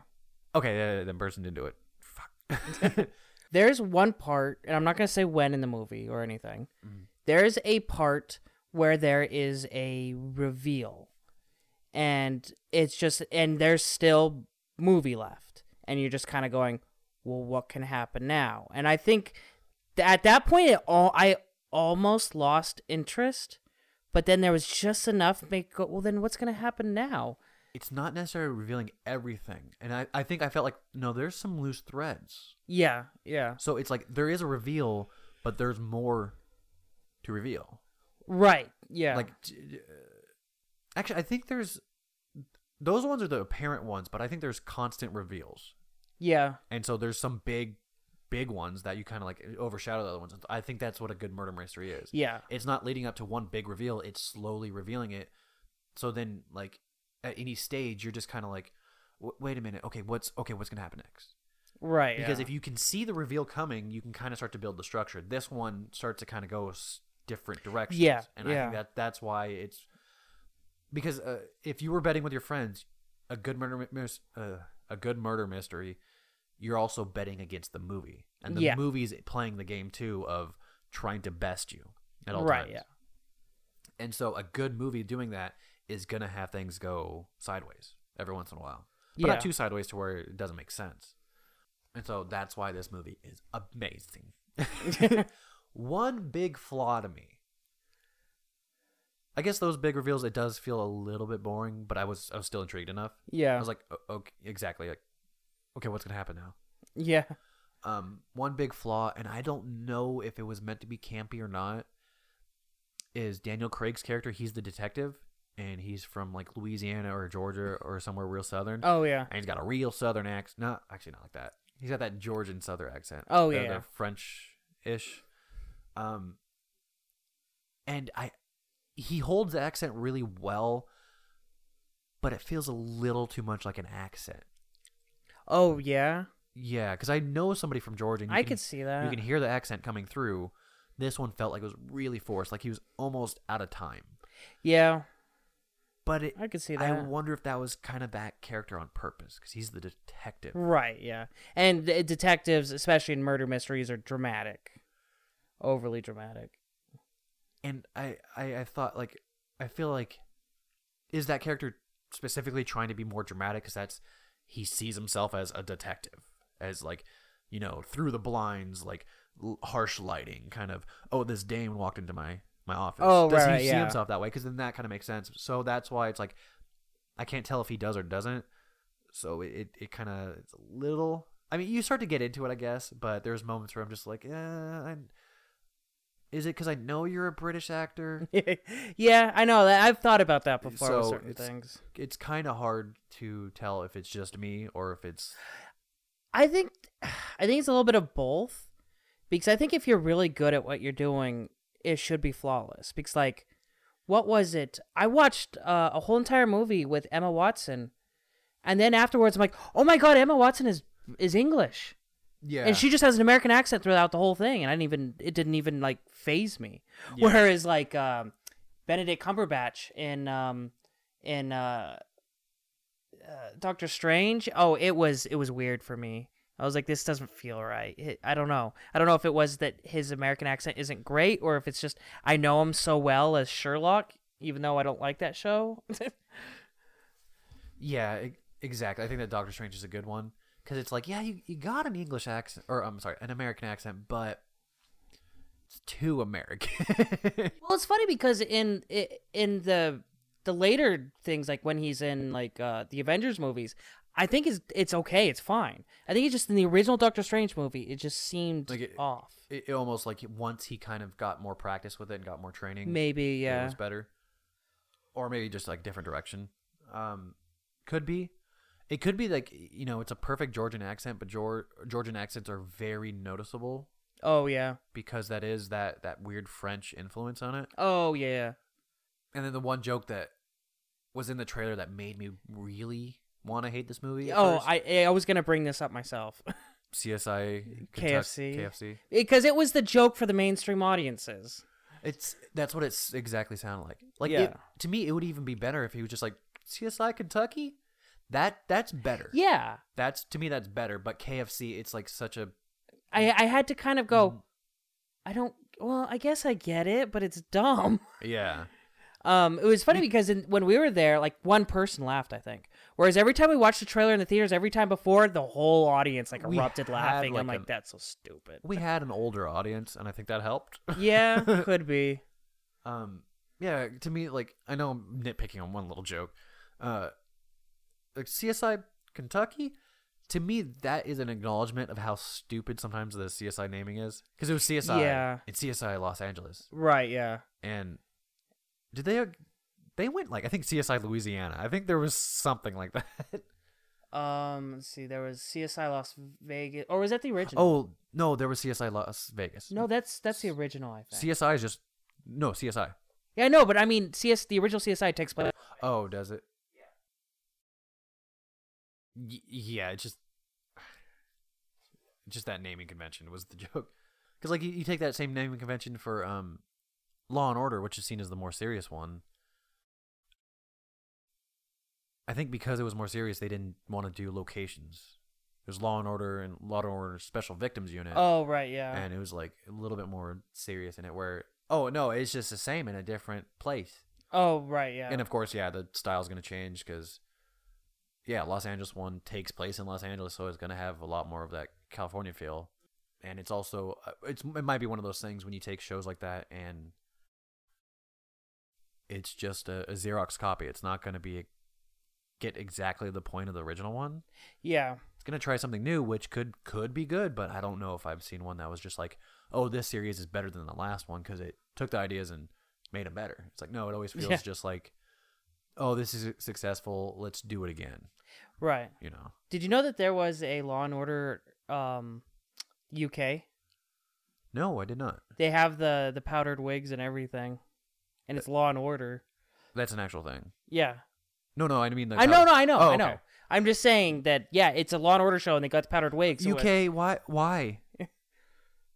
Speaker 2: okay uh, that person didn't do it fuck
Speaker 1: There's one part, and I'm not gonna say when in the movie or anything.
Speaker 2: Mm-hmm.
Speaker 1: There's a part where there is a reveal, and it's just and there's still movie left, and you're just kind of going, well, what can happen now? And I think th- at that point, it all I almost lost interest, but then there was just enough make go. Well, then what's going to happen now?
Speaker 2: It's not necessarily revealing everything. And I, I think I felt like, no, there's some loose threads.
Speaker 1: Yeah, yeah,
Speaker 2: So it's like there is a reveal, but there's more to reveal.
Speaker 1: right, yeah,
Speaker 2: Like, t- uh, actually, I think there's those ones are the apparent ones, but I think there's constant reveals.
Speaker 1: yeah,
Speaker 2: And so there's some big, big ones that you kind of like overshadow the other ones. I think that's what a good murder mystery is.
Speaker 1: yeah,
Speaker 2: It's not leading up to one big reveal, it's slowly revealing it. So then, like, at any stage, you're just kind of like, "W- wait a minute. Okay, what's okay? What's gonna happen next?
Speaker 1: right.
Speaker 2: Because
Speaker 1: yeah.
Speaker 2: if you can see the reveal coming, you can kind of start to build the structure. This one starts to kind of go s- different directions.
Speaker 1: Yeah,
Speaker 2: and I
Speaker 1: yeah.
Speaker 2: think that that's why it's because uh, if you were betting with your friends, a good murder mi- mis- uh, a good murder mystery, you're also betting against the movie, and the
Speaker 1: Yeah.
Speaker 2: movie's playing the game too of trying to best you at all
Speaker 1: Right,
Speaker 2: times.
Speaker 1: yeah.
Speaker 2: And so a good movie doing that is gonna have things go sideways every once in a while, but
Speaker 1: Yeah.
Speaker 2: not too sideways to where it doesn't make sense. And so that's why this movie is amazing. One big flaw to me. I guess those big reveals it does feel a little bit boring, but I was I was still intrigued enough.
Speaker 1: yeah,
Speaker 2: I was like, "O- okay, exactly. Like, okay, what's gonna happen now?
Speaker 1: yeah,
Speaker 2: um, one big flaw, and I don't know if it was meant to be campy or not, is Daniel Craig's character. He's the detective, and he's from like Louisiana or Georgia or somewhere real southern.
Speaker 1: oh yeah,
Speaker 2: And he's got a real southern accent. Not actually not like that. He's got that Georgian southern accent.
Speaker 1: Oh,
Speaker 2: The-
Speaker 1: yeah,
Speaker 2: the,
Speaker 1: yeah.
Speaker 2: French ish. Um, and I, he holds the accent really well, but it feels a little too much like an accent.
Speaker 1: oh yeah.
Speaker 2: Yeah, because I know somebody from Georgia. And you
Speaker 1: I
Speaker 2: can
Speaker 1: could see that.
Speaker 2: you can hear the accent coming through. This one felt like it was really forced, like he was almost out of time.
Speaker 1: yeah,
Speaker 2: But it,
Speaker 1: I could see
Speaker 2: I
Speaker 1: that.
Speaker 2: wonder if that was kind of that character on purpose because he's the detective.
Speaker 1: Right, yeah. And uh, detectives, especially in murder mysteries, are dramatic. Overly dramatic.
Speaker 2: And I, I, I thought like, I feel like, is that character specifically trying to be more dramatic? Because that's he sees himself as a detective, as like, you know, through the blinds, like l- harsh lighting, kind of. Oh, this dame walked into my my office.
Speaker 1: Oh,
Speaker 2: Does
Speaker 1: right,
Speaker 2: he see
Speaker 1: yeah.
Speaker 2: himself that way? Because then that kind of makes sense. So that's why it's like, I can't tell if he does or doesn't. So it it, it kind of it's a little. I mean, you start to get into it, I guess, but there's moments where I'm just like, eh, i is it because I know you're a British actor?
Speaker 1: yeah, I know that. I've thought about that before with
Speaker 2: So,
Speaker 1: certain
Speaker 2: it's-
Speaker 1: things.
Speaker 2: it's kind of hard to tell if it's just me or if it's
Speaker 1: I think, I think it's a little bit of both, because I think if you're really good at what you're doing, it should be flawless. Because like, what was it? I watched uh, a whole entire movie with Emma Watson, and then afterwards, I'm like, oh my god, Emma Watson is is English.
Speaker 2: yeah.
Speaker 1: and she just has an American accent throughout the whole thing, and I didn't even it didn't even like phase me. Whereas like um, Benedict Cumberbatch in um, in uh, uh, Doctor Strange, oh, it was it was weird for me. I was like, this doesn't feel right. It- I don't know. I don't know if it was that his American accent isn't great, or if it's just I know him so well as Sherlock, even though I don't like that show.
Speaker 2: yeah, e- exactly. I think that Doctor Strange is a good one because it's like, yeah, you, you got an English accent, or I'm sorry, an American accent, but it's too American.
Speaker 1: Well, it's funny because in i- in the the later things, like when he's in like uh, the Avengers movies, I think it's it's okay, it's fine. I think it's just in the original Doctor Strange movie, it just seemed
Speaker 2: Like it-
Speaker 1: off.
Speaker 2: it, it almost like once he kind of got more practice with it and got more training,
Speaker 1: Maybe
Speaker 2: it
Speaker 1: yeah,
Speaker 2: was better, or maybe just like different direction. Um, could be. It could be like you know, it's a perfect Georgian accent, but Geor- Georgian accents are very noticeable
Speaker 1: oh yeah,
Speaker 2: because that is that that weird French influence on it.
Speaker 1: oh yeah,
Speaker 2: And then the one joke that was in the trailer that made me really want to hate this movie. at
Speaker 1: oh
Speaker 2: first,
Speaker 1: I I was gonna bring this up myself
Speaker 2: CSI
Speaker 1: KFC.
Speaker 2: Kentuck- KFC.
Speaker 1: because it was the joke for the mainstream audiences.
Speaker 2: It's that's what it's exactly sounded like. Like
Speaker 1: Yeah.
Speaker 2: it, to me, it would even be better if he was just like CSI Kentucky. That that's better.
Speaker 1: Yeah,
Speaker 2: That's to me that's better. But KFC, it's like such a
Speaker 1: I I had to kind of
Speaker 2: Mm.
Speaker 1: go, I don't. Well, I guess I get it, but it's dumb.
Speaker 2: yeah.
Speaker 1: Um, it was funny because in, when we were there, like one person laughed, I think. Whereas every time we watched the trailer in the theaters, every time before, the whole audience like
Speaker 2: We
Speaker 1: erupted
Speaker 2: had,
Speaker 1: laughing. I'm
Speaker 2: like,
Speaker 1: like,
Speaker 2: a-
Speaker 1: that's so stupid.
Speaker 2: We had an older audience, and I think that helped.
Speaker 1: yeah, could be.
Speaker 2: um yeah to me like i know i'm nitpicking on one little joke uh like csi kentucky to me that is an acknowledgement of how stupid sometimes the csi naming is because it was csi
Speaker 1: Yeah.
Speaker 2: and csi los angeles
Speaker 1: Right, yeah.
Speaker 2: and did they they went like i think csi louisiana i think there was something like that
Speaker 1: Um, let's see, there was CSI Las Vegas or was that the original?
Speaker 2: oh no there was csi las vegas
Speaker 1: No, that's that's the original, I think.
Speaker 2: csi is just no csi
Speaker 1: yeah, I know, but I mean CS the original CSI takes place.
Speaker 2: oh does it Y- yeah it's just just that naming convention was the joke because like you, you take that same naming convention for um law and order which is seen as the more serious one i think because it was more serious they didn't want to do locations there's law and order and law and order special victims unit
Speaker 1: Oh right, yeah.
Speaker 2: and it was like a little bit more serious in it where oh no it's just the same in a different place
Speaker 1: oh right, yeah.
Speaker 2: and of course, yeah, the style's going to change because, yeah, Los Angeles one takes place in Los Angeles, so it's going to have a lot more of that California feel. And it's also, uh, it's it might be one of those things when you take shows like that and it's just a, a Xerox copy. It's not going to be get exactly the point of the original one.
Speaker 1: yeah.
Speaker 2: It's going to try something new, which could could be good, but I don't know if I've seen one that was just like, oh, this series is better than the last one because it took the ideas and made them better. It's like no, it always feels
Speaker 1: Yeah.
Speaker 2: just like, oh, this is successful. Let's do it again.
Speaker 1: Right.
Speaker 2: You know,
Speaker 1: Did you know that there was a Law and Order um UK?
Speaker 2: no, I did not.
Speaker 1: They have the the powdered wigs and everything. And it's Law and Order.
Speaker 2: That's an actual thing.
Speaker 1: Yeah.
Speaker 2: No, no, I mean the.
Speaker 1: I know, no, I know,
Speaker 2: Oh,
Speaker 1: I know.
Speaker 2: okay.
Speaker 1: I'm just saying that yeah, it's a Law and Order show and they got the powdered wigs. so it-
Speaker 2: UK, why, why?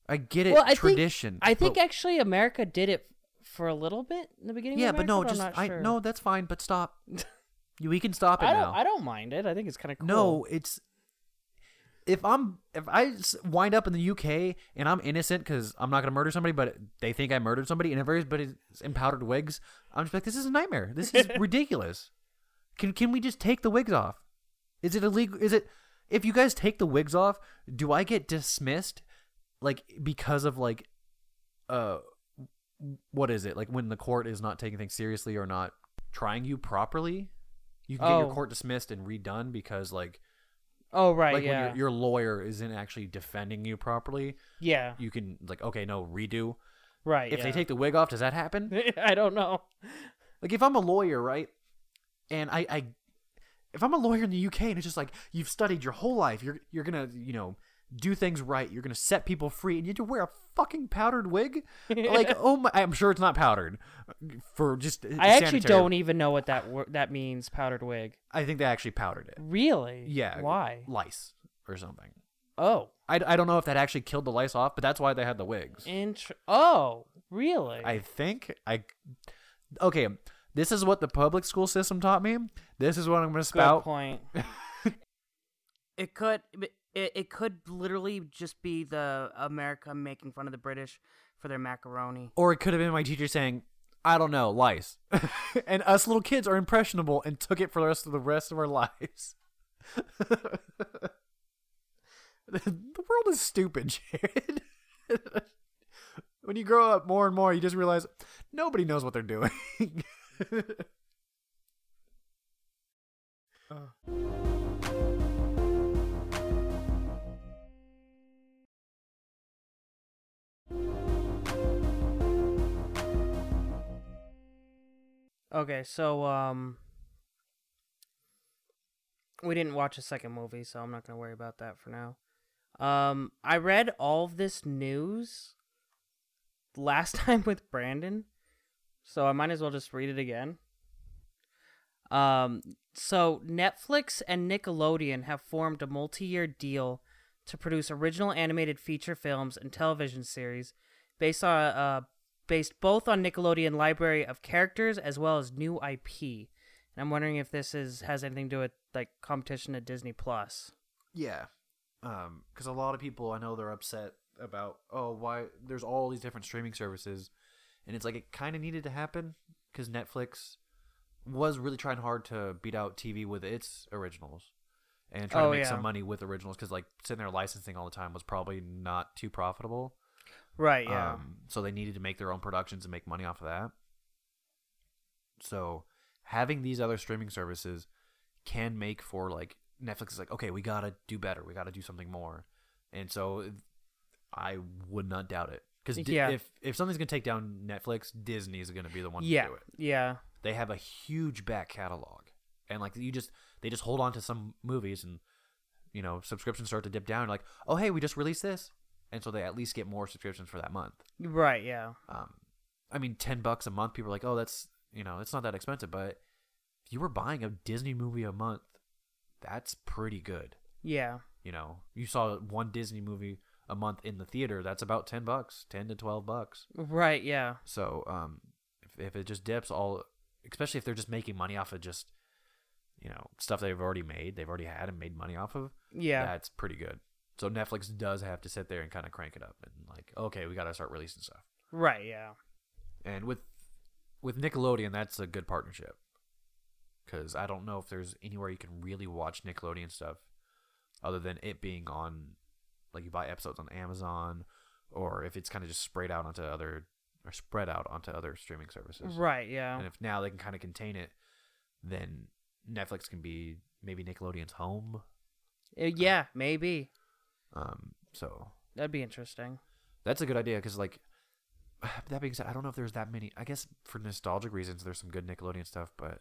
Speaker 2: I get it.
Speaker 1: Well, I think-
Speaker 2: tradition.
Speaker 1: I think
Speaker 2: but-
Speaker 1: actually America did it for a little bit in the beginning.
Speaker 2: yeah,
Speaker 1: of
Speaker 2: but
Speaker 1: America,
Speaker 2: no,
Speaker 1: I'm
Speaker 2: just
Speaker 1: not
Speaker 2: I
Speaker 1: sure.
Speaker 2: no, that's fine. But stop. You- we can stop it
Speaker 1: I don't.
Speaker 2: now.
Speaker 1: I don't mind it. I think it's kind of cool.
Speaker 2: No, it's if I'm if I s- wind up in the UK and I'm innocent because I'm not gonna murder somebody, but they think I murdered somebody, and everybody's in powdered wigs. I'm just like, this is a nightmare. This is ridiculous. Can can we just take the wigs off? Is it illegal? Is it if you guys take the wigs off, do I get dismissed like because of like uh what is it like when the court is not taking things seriously or not trying you properly? You can get
Speaker 1: Oh.
Speaker 2: your court dismissed and redone because like
Speaker 1: Oh right.
Speaker 2: like
Speaker 1: yeah.
Speaker 2: when your, your lawyer isn't actually defending you properly
Speaker 1: yeah.
Speaker 2: you can like okay no redo
Speaker 1: Right.
Speaker 2: if they
Speaker 1: yeah.
Speaker 2: take the wig off does that happen
Speaker 1: I don't know.
Speaker 2: like if i'm a lawyer right and i i if i'm a lawyer in the uk and it's just like you've studied your whole life you're you're gonna you know do things right you're gonna set people free and you have to wear a fucking powdered wig like oh my i'm sure it's not powdered for just uh,
Speaker 1: I actually
Speaker 2: sanitary-
Speaker 1: don't even know what that wor- that means. Powdered wig.
Speaker 2: i think they actually powdered it
Speaker 1: Really?
Speaker 2: yeah
Speaker 1: Why?
Speaker 2: lice or something
Speaker 1: Oh.
Speaker 2: I, I don't know if that actually killed the lice off but that's why they had the wigs
Speaker 1: Int- oh. Really?
Speaker 2: I think I. Okay, this is what the public school system taught me. This is what I'm going to
Speaker 1: Good
Speaker 2: spout.
Speaker 1: point.
Speaker 4: It could it, it could literally just be the America making fun of the British for their macaroni.
Speaker 2: Or it could have been my teacher saying, "I don't know, lice," and us little kids are impressionable and took it for the rest of the rest of our lives. the world is stupid, Jared. when you grow up more and more, you just realize nobody knows what they're doing.
Speaker 1: Okay. So um. We didn't watch a second movie, so I'm not gonna worry about that for now. Um, I read all of this news last time with Brandon, so I might as well just read it again. Um, so Netflix and Nickelodeon have formed a multi-year deal to produce original animated feature films and television series based on uh, based both on Nickelodeon library of characters as well as new IP. And I'm wondering if this is has anything to do with like competition at Disney Plus.
Speaker 2: Yeah. Um, because a lot of people I know they're upset about oh why there's all these different streaming services, and it's like it kind of needed to happen because Netflix was really trying hard to beat out TV with its originals and trying
Speaker 1: Oh,
Speaker 2: to make
Speaker 1: yeah.
Speaker 2: some money with originals because like sitting there licensing all the time was probably not too profitable.
Speaker 1: Right. Yeah.
Speaker 2: Um, so they needed to make their own productions and make money off of that. So having these other streaming services can make for like Netflix is like, okay, we gotta do better. We gotta do something more. And so I would not doubt it because
Speaker 1: Yeah.
Speaker 2: if if something's gonna take down Netflix, Disney is gonna be the one
Speaker 1: yeah.
Speaker 2: to do it.
Speaker 1: Yeah.
Speaker 2: They have a huge back catalog, and like you just they just hold on to some movies and you know subscriptions start to dip down. Like, oh hey, we just released this, and so they at least get more subscriptions for that month
Speaker 1: Right. Yeah.
Speaker 2: um, I mean, ten bucks a month. People are like, oh, that's you know, it's not that expensive. But if you were buying a Disney movie a month, that's pretty good.
Speaker 1: Yeah.
Speaker 2: You know, you saw one Disney movie a month in the theater. That's about ten bucks, ten to twelve bucks.
Speaker 1: Right. Yeah.
Speaker 2: So, um, if, if it just dips all, especially if they're just making money off of just, you know, stuff they've already made, they've already had and made money off of.
Speaker 1: Yeah.
Speaker 2: that's pretty good. So Netflix does have to sit there and kind of crank it up and like, okay, we got to start releasing stuff.
Speaker 1: Right. Yeah.
Speaker 2: and with with Nickelodeon, that's a good partnership because I don't know if there's anywhere you can really watch Nickelodeon stuff other than it being on like you buy episodes on Amazon or if it's kind of just sprayed out onto other or spread out onto other streaming services.
Speaker 1: Right. Yeah.
Speaker 2: And if now they can kind of contain it, then Netflix can be maybe Nickelodeon's home.
Speaker 1: Uh, yeah. Maybe
Speaker 2: Um, so
Speaker 1: that'd be interesting.
Speaker 2: That's a good idea because, like, that being said, I don't know if there's that many. I guess for nostalgic reasons, there's some good Nickelodeon stuff, but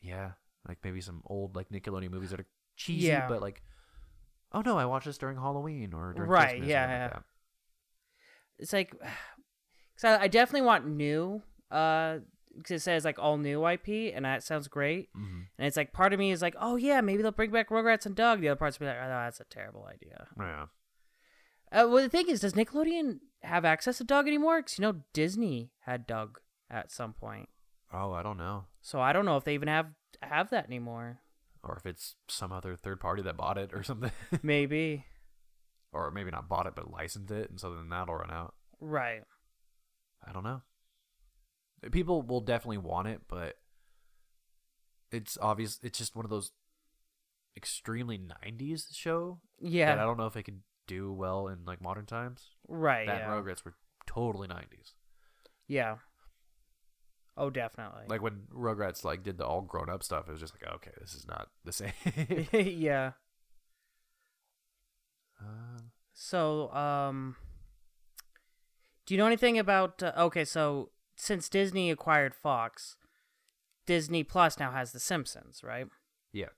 Speaker 2: yeah, like maybe some old like Nickelodeon movies that are cheesy,
Speaker 1: Yeah.
Speaker 2: but like, oh no, I watched this during Halloween or during
Speaker 1: Right,
Speaker 2: Christmas or
Speaker 1: yeah,
Speaker 2: something like
Speaker 1: yeah.
Speaker 2: that.
Speaker 1: It's like, cause I, I definitely want new. Uh, cause it says like all new IP, and that sounds great.
Speaker 2: Mm-hmm.
Speaker 1: And it's like part of me is like, oh yeah, maybe they'll bring back Rugrats and Doug. The other part's be like, oh, no, that's a terrible idea.
Speaker 2: yeah.
Speaker 1: Uh, well, the thing is, does Nickelodeon have access to Doug anymore? Because you know Disney had Doug at some point,
Speaker 2: Oh, I don't know,
Speaker 1: so I don't know if they even have have that anymore.
Speaker 2: or if it's some other third party that bought it or something,
Speaker 1: Maybe
Speaker 2: or maybe not bought it but licensed it, and so then that'll run out.
Speaker 1: right.
Speaker 2: I don't know. People will definitely want it, but it's obvious. It's just one of those extremely '90s show that I
Speaker 1: Yeah,
Speaker 2: don't know if it could do well in like modern times.
Speaker 1: right.
Speaker 2: that
Speaker 1: yeah.
Speaker 2: and Rugrats were totally '90s.
Speaker 1: Yeah. Oh, definitely.
Speaker 2: Like when Rugrats like did the all grown up stuff, it was just like, okay, this is not the same.
Speaker 1: yeah.
Speaker 2: um,
Speaker 1: So, um, do you know anything about? Uh, okay, so since Disney acquired Fox, Disney Plus now has The Simpsons, right?
Speaker 2: yeah,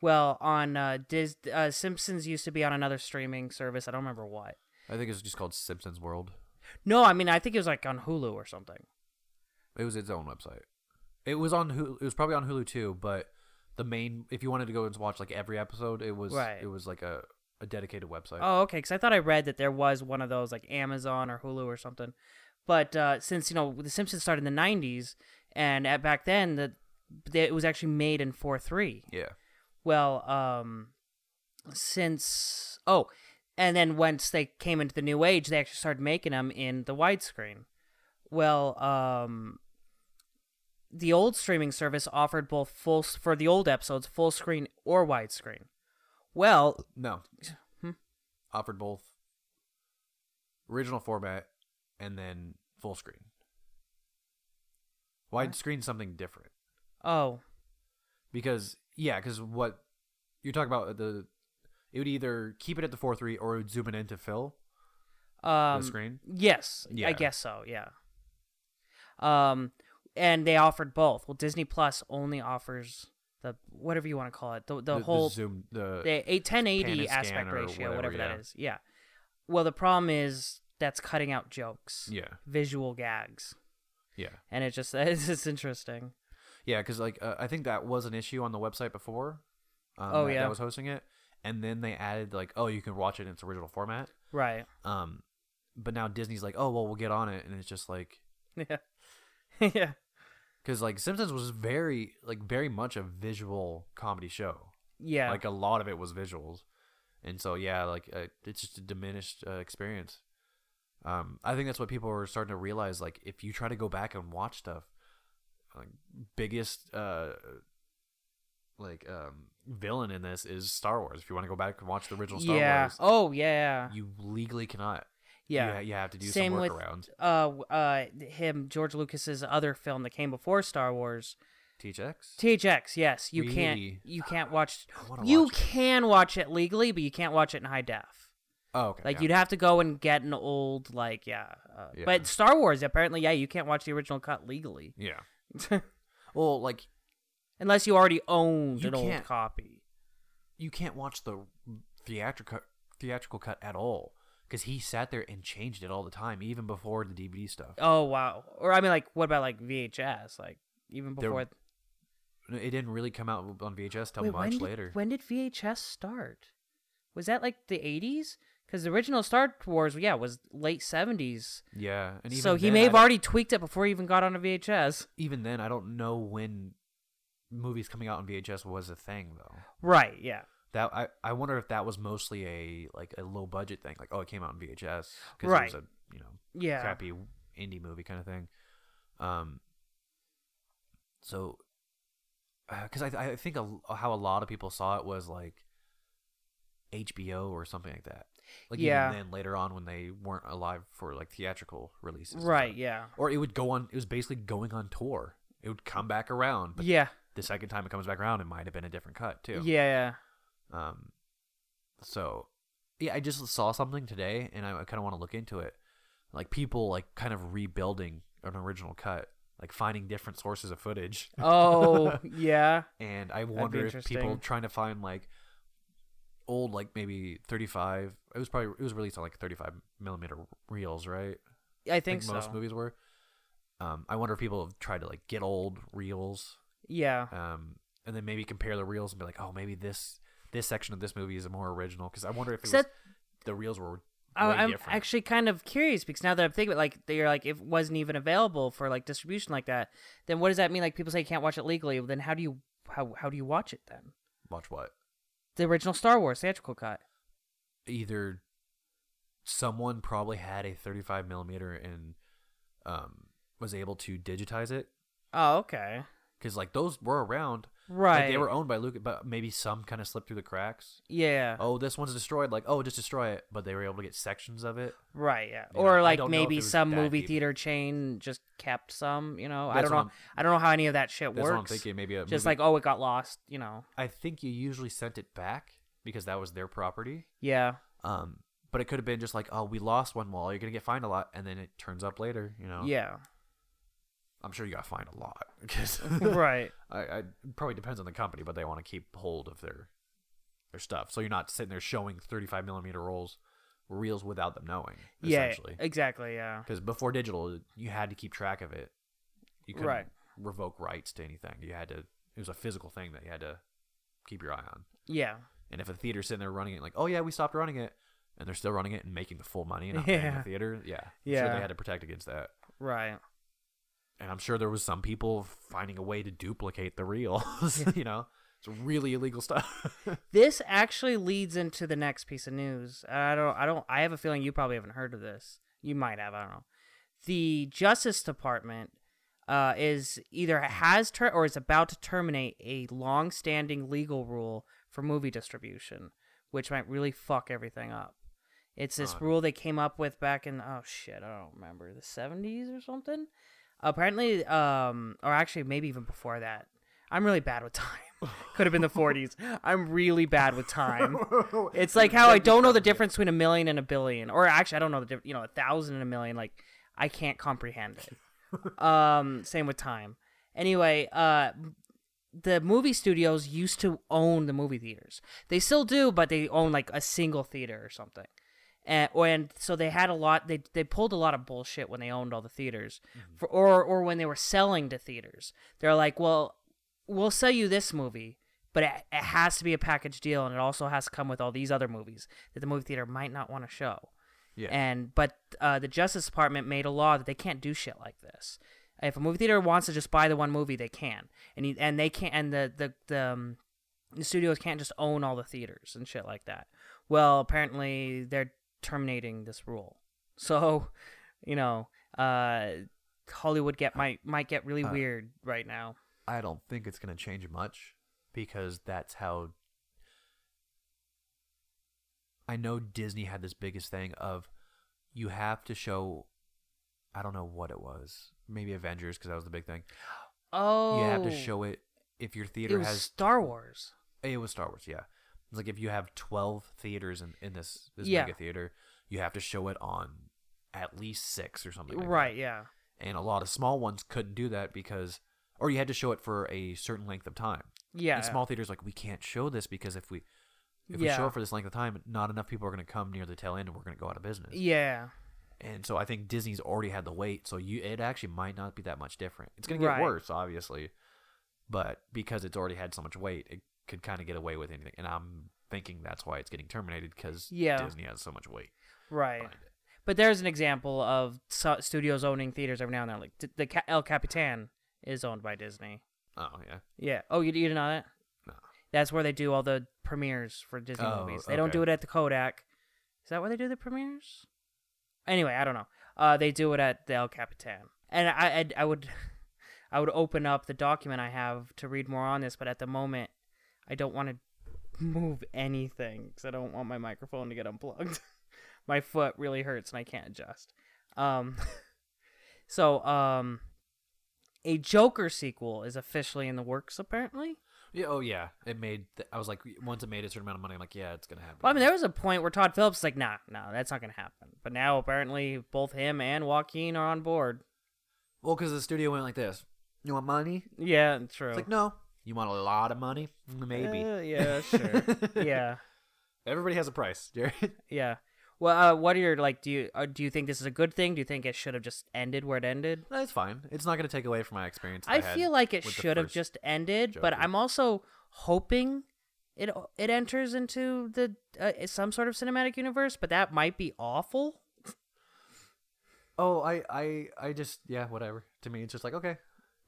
Speaker 1: Well, on uh, Dis- uh, Simpsons used to be on another streaming service. I don't remember what.
Speaker 2: I think it was just called Simpsons World.
Speaker 1: No, I mean I think it was like on Hulu or something.
Speaker 2: It was its own website. It was on Hulu. It was probably on Hulu too, but the main if you wanted to go and watch like every episode, it was
Speaker 1: Right.
Speaker 2: it was like a, a dedicated website.
Speaker 1: Oh, okay. Because I thought I read that there was one of those like Amazon or Hulu or something. But uh, since you know The Simpsons started in the '90s, and at back then the, the it was actually made in four three.
Speaker 2: Yeah.
Speaker 1: Well, um, since oh, and then once they came into the new age, they actually started making them in the widescreen. Well, um, the old streaming service offered both full for the old episodes, full screen or widescreen. Well,
Speaker 2: No.
Speaker 1: Hmm.
Speaker 2: Offered both original format and then full screen. Widescreen something different
Speaker 1: oh,
Speaker 2: because yeah, because what you're talking about the it would either keep it at the four three or it would zoom it in to fill
Speaker 1: um,
Speaker 2: the screen.
Speaker 1: Yes,
Speaker 2: Yeah.
Speaker 1: I guess so. Yeah. Um, and they offered both. Well, Disney Plus only offers the whatever you want to call it, the the, whole
Speaker 2: zoom the
Speaker 1: the eight ten eighty
Speaker 2: and scan
Speaker 1: aspect
Speaker 2: or
Speaker 1: ratio, whatever,
Speaker 2: whatever,
Speaker 1: that
Speaker 2: yeah.
Speaker 1: is. Yeah. Well, the problem is that's cutting out jokes,
Speaker 2: yeah
Speaker 1: visual gags,
Speaker 2: yeah
Speaker 1: and it just it's just interesting.
Speaker 2: Yeah, because like uh, I think that was an issue on the website before. Um,
Speaker 1: Oh,
Speaker 2: that,
Speaker 1: yeah.
Speaker 2: that was hosting it, and then they added like, oh, you can watch it in its original format.
Speaker 1: Right.
Speaker 2: Um, but now Disney's like, oh well, we'll get on it, and it's just like
Speaker 1: Yeah. yeah.
Speaker 2: because like Simpsons was very like very much a visual comedy show.
Speaker 1: Yeah.
Speaker 2: Like a lot of it was visuals, and so yeah, like uh, it's just a diminished uh, experience. Um, I think that's what people are starting to realize. Like, if you try to go back and watch stuff, like biggest uh, like um, villain in this is Star Wars. If you want to go back and watch the original Star
Speaker 1: yeah.
Speaker 2: Wars,
Speaker 1: Oh yeah.
Speaker 2: you legally cannot.
Speaker 1: Yeah.
Speaker 2: you, ha- you have to do
Speaker 1: Same
Speaker 2: some
Speaker 1: with-
Speaker 2: workarounds.
Speaker 1: Uh, w- uh, him George Lucas's other film that came before Star Wars,
Speaker 2: Teach X.
Speaker 1: THX. Yes, you can't
Speaker 2: Really?
Speaker 1: you can't watch.
Speaker 2: wanna
Speaker 1: You
Speaker 2: watch it.
Speaker 1: can watch it legally, but you can't watch it in high def.
Speaker 2: Oh, okay.
Speaker 1: Like
Speaker 2: yeah.
Speaker 1: you'd have to go and get an old like yeah. Uh,
Speaker 2: Yeah.
Speaker 1: But Star Wars apparently yeah you can't watch the original cut legally
Speaker 2: Yeah. Well, like
Speaker 1: unless you already owned
Speaker 2: You
Speaker 1: an old
Speaker 2: can't.
Speaker 1: copy.
Speaker 2: you can't watch the theatrical theatrical cut at all because he sat there and changed it all the time, even before the DVD stuff.
Speaker 1: Oh wow. Or I mean like what about like VHS like even
Speaker 2: There-
Speaker 1: before
Speaker 2: It didn't really come out on VHS till
Speaker 1: Wait, when
Speaker 2: much
Speaker 1: did-
Speaker 2: later.
Speaker 1: When did VHS start? Was that like the 80s? Because the original Star Wars, yeah, was late 70s.
Speaker 2: yeah, and even
Speaker 1: So he
Speaker 2: then,
Speaker 1: may
Speaker 2: I
Speaker 1: have
Speaker 2: don't-
Speaker 1: already tweaked it before he even got on a VHS.
Speaker 2: Even then, I don't know when movies coming out on VHS was a thing though.
Speaker 1: Right, yeah.
Speaker 2: That I, I wonder if that was mostly a like a low budget thing, like oh it came out on VHS because
Speaker 1: Right.
Speaker 2: it was a you know
Speaker 1: Yeah.
Speaker 2: crappy indie movie kind of thing. Um, so, because I, I think a, how a lot of people saw it was like HBO or something like that. Like
Speaker 1: Yeah.
Speaker 2: even then later on when they weren't alive for like theatrical releases, and
Speaker 1: Right,
Speaker 2: stuff.
Speaker 1: yeah.
Speaker 2: Or it would go on. It was basically going on tour. It would come back around, but
Speaker 1: yeah.
Speaker 2: the second time it comes back around, it might have been a different cut too.
Speaker 1: Yeah. Yeah.
Speaker 2: Um, so yeah, I just saw something today, and I, I kind of want to look into it. Like people like kind of rebuilding an original cut, like finding different sources of footage,
Speaker 1: Oh, yeah.
Speaker 2: and I wonder if people
Speaker 1: interesting.
Speaker 2: trying to find like old like maybe 35 it was probably it was released on like 35 millimeter reels right
Speaker 1: I think so.
Speaker 2: most movies were um i wonder if people have tried to like get old reels
Speaker 1: Yeah.
Speaker 2: um, and then maybe compare the reels and be like, oh, maybe this this section of this movie is more original because I wonder if it was,
Speaker 1: Except-
Speaker 2: the reels were way
Speaker 1: I, I'm
Speaker 2: different.
Speaker 1: actually kind of curious because now that I'm thinking about like they're like if it wasn't even available for like distribution like that, then what does that mean? Like people say you can't watch it legally. Then how do you how how do you watch it then?
Speaker 2: Watch what?
Speaker 1: The original Star Wars theatrical cut.
Speaker 2: Either someone probably had a 35 millimeter and um, was able to digitize it
Speaker 1: Oh, okay.
Speaker 2: because like those were around.
Speaker 1: Right.
Speaker 2: Like, they were owned by Luke, but maybe some kind of slipped through the cracks.
Speaker 1: Yeah.
Speaker 2: Oh, this one's destroyed. Like, oh, just destroy it. But they were able to get sections of it.
Speaker 1: Right. Yeah.
Speaker 2: Yeah, I
Speaker 1: Or like
Speaker 2: don't know if it
Speaker 1: maybe
Speaker 2: was
Speaker 1: some
Speaker 2: that
Speaker 1: movie
Speaker 2: deep.
Speaker 1: theater chain just kept some. You know, I
Speaker 2: That's
Speaker 1: don't know.
Speaker 2: what I'm-
Speaker 1: I don't know how any of that shit
Speaker 2: That's what I'm
Speaker 1: works.
Speaker 2: thinking. Maybe a
Speaker 1: just
Speaker 2: movie-
Speaker 1: like oh, it got lost. You know.
Speaker 2: I think you usually sent it back because that was their property.
Speaker 1: Yeah.
Speaker 2: Um, but it could have been just like, oh, we lost one wall. You're gonna get fined a lot, and then it turns up later. You know,
Speaker 1: Yeah.
Speaker 2: I'm sure you got fined a lot because
Speaker 1: right.
Speaker 2: I, I it probably depends on the company, but they want to keep hold of their their stuff. So you're not sitting there showing 35 millimeter rolls reels without them knowing.
Speaker 1: Yeah.
Speaker 2: essentially.
Speaker 1: Exactly. Yeah.
Speaker 2: because before digital, you had to keep track of it. You couldn't
Speaker 1: Right.
Speaker 2: revoke rights to anything. You had to. It was a physical thing that you had to keep your eye on.
Speaker 1: Yeah.
Speaker 2: And if a theater's sitting there running it, like, oh yeah, we stopped running it, and they're still running it and making the full money and not paying
Speaker 1: Yeah.
Speaker 2: the theater, yeah, I'm sure
Speaker 1: Yeah.
Speaker 2: they had to protect against that.
Speaker 1: Right.
Speaker 2: And I'm sure there was some people finding a way to duplicate the reels. you know, it's really illegal stuff.
Speaker 1: This actually leads into the next piece of news. I don't I don't I have a feeling you probably haven't heard of this. You might have, I don't know. The Justice Department uh, is either has ter- or is about to terminate a long-standing legal rule for movie distribution, which might really fuck everything up. It's this rule they came up with back in oh shit, I don't remember, the 70s or something. Apparently um or actually maybe even before that. I'm really bad with time. Could have been the 40s. I'm really bad with time. It's like how I don't know the difference between a million and a billion, or actually, I don't know the difference. You know, a thousand and a million. Like, I can't comprehend it. um, same with time. Anyway, uh, the movie studios used to own the movie theaters. They still do, but they own like a single theater or something. And, or- and so they had a lot. They they pulled a lot of bullshit when they owned all the theaters, for or or when they were selling to theaters. They're like, well, we'll sell you this movie, but it, it has to be a package deal, and it also has to come with all these other movies that the movie theater might not want to show.
Speaker 2: Yeah.
Speaker 1: And but uh, the Justice Department made a law that they can't do shit like this. If a movie theater wants to just buy the one movie, they can, and you- and they can't, and the the the, um, the studios can't just own all the theaters and shit like that. Well, apparently they're terminating this rule So, you know, uh, Hollywood get might might get really
Speaker 2: Uh,
Speaker 1: weird right now.
Speaker 2: I don't think it's going to change much because that's how. I know Disney had this biggest thing of you have to show. I don't know what it was. Maybe Avengers because that was the big thing.
Speaker 1: Oh,
Speaker 2: You have to show it if your
Speaker 1: it
Speaker 2: theater
Speaker 1: was
Speaker 2: has.
Speaker 1: Star Wars.
Speaker 2: It was Star Wars, yeah. It's like if you have twelve theaters in, in this this
Speaker 1: Yeah.
Speaker 2: mega theater, you have to show it on at least six or something. like that.
Speaker 1: Right? Yeah.
Speaker 2: And a lot of small ones couldn't do that because, or you had to show it for a certain length of time.
Speaker 1: Yeah.
Speaker 2: And small theaters like we can't show this because if we if we
Speaker 1: Yeah.
Speaker 2: show it for this length of time, not enough people are going to come near the tail end, and we're going to go out of business.
Speaker 1: Yeah.
Speaker 2: And so I think Disney's already had the wait, so you it actually might not be that much different. It's going to get
Speaker 1: Right.
Speaker 2: worse, obviously, but because it's already had so much weight, it could kind of get away with anything. And I'm thinking that's why it's getting terminated because
Speaker 1: Yeah.
Speaker 2: Disney has so much weight.
Speaker 1: Right. But there's an example of su- studios owning theaters every now and then. Like t- the Ca- El Capitan is owned by Disney.
Speaker 2: Oh yeah,
Speaker 1: Yeah. Oh, you, you didn't know that?
Speaker 2: No.
Speaker 1: That's where they do all the premieres for Disney
Speaker 2: Oh,
Speaker 1: movies. They don't do it
Speaker 2: okay.
Speaker 1: at the Kodak. Is that where they do the premieres? Anyway, I don't know. Uh, they do it at the El Capitan, and I, I'd- I, would, I would open up the document I have to read more on this, but at the moment, I don't want to move anything because I don't want my microphone to get unplugged. my foot really hurts and I can't adjust. Um, so um, a Joker sequel is officially in the works, apparently.
Speaker 2: yeah, oh yeah. It made. th- I was like, once it made a certain amount of money, I'm like, yeah, it's going to happen.
Speaker 1: Well, I mean, there was a point where Todd Phillips was like, nah, no, that's not going to happen. But now apparently both him and Joaquin are on board.
Speaker 2: well, because the studio went like this. You want money?
Speaker 1: Yeah, true.
Speaker 2: It's like no. You want a lot of money? Mm, Maybe.
Speaker 1: Uh, yeah, sure. yeah,
Speaker 2: Everybody has a price, Jared.
Speaker 1: yeah. Well, uh, what are your like? Do you uh, do you think this is a good thing? Do you think it should have just ended where it ended?
Speaker 2: That's fine. It's not going to take away from my experience. that
Speaker 1: I
Speaker 2: had
Speaker 1: feel like it
Speaker 2: with the
Speaker 1: should have
Speaker 2: first-
Speaker 1: just ended, but
Speaker 2: Joker.
Speaker 1: I'm also hoping it it enters into the uh, some sort of cinematic universe. But that might be awful.
Speaker 2: Oh, I, I, I just yeah, whatever. To me, it's just like okay,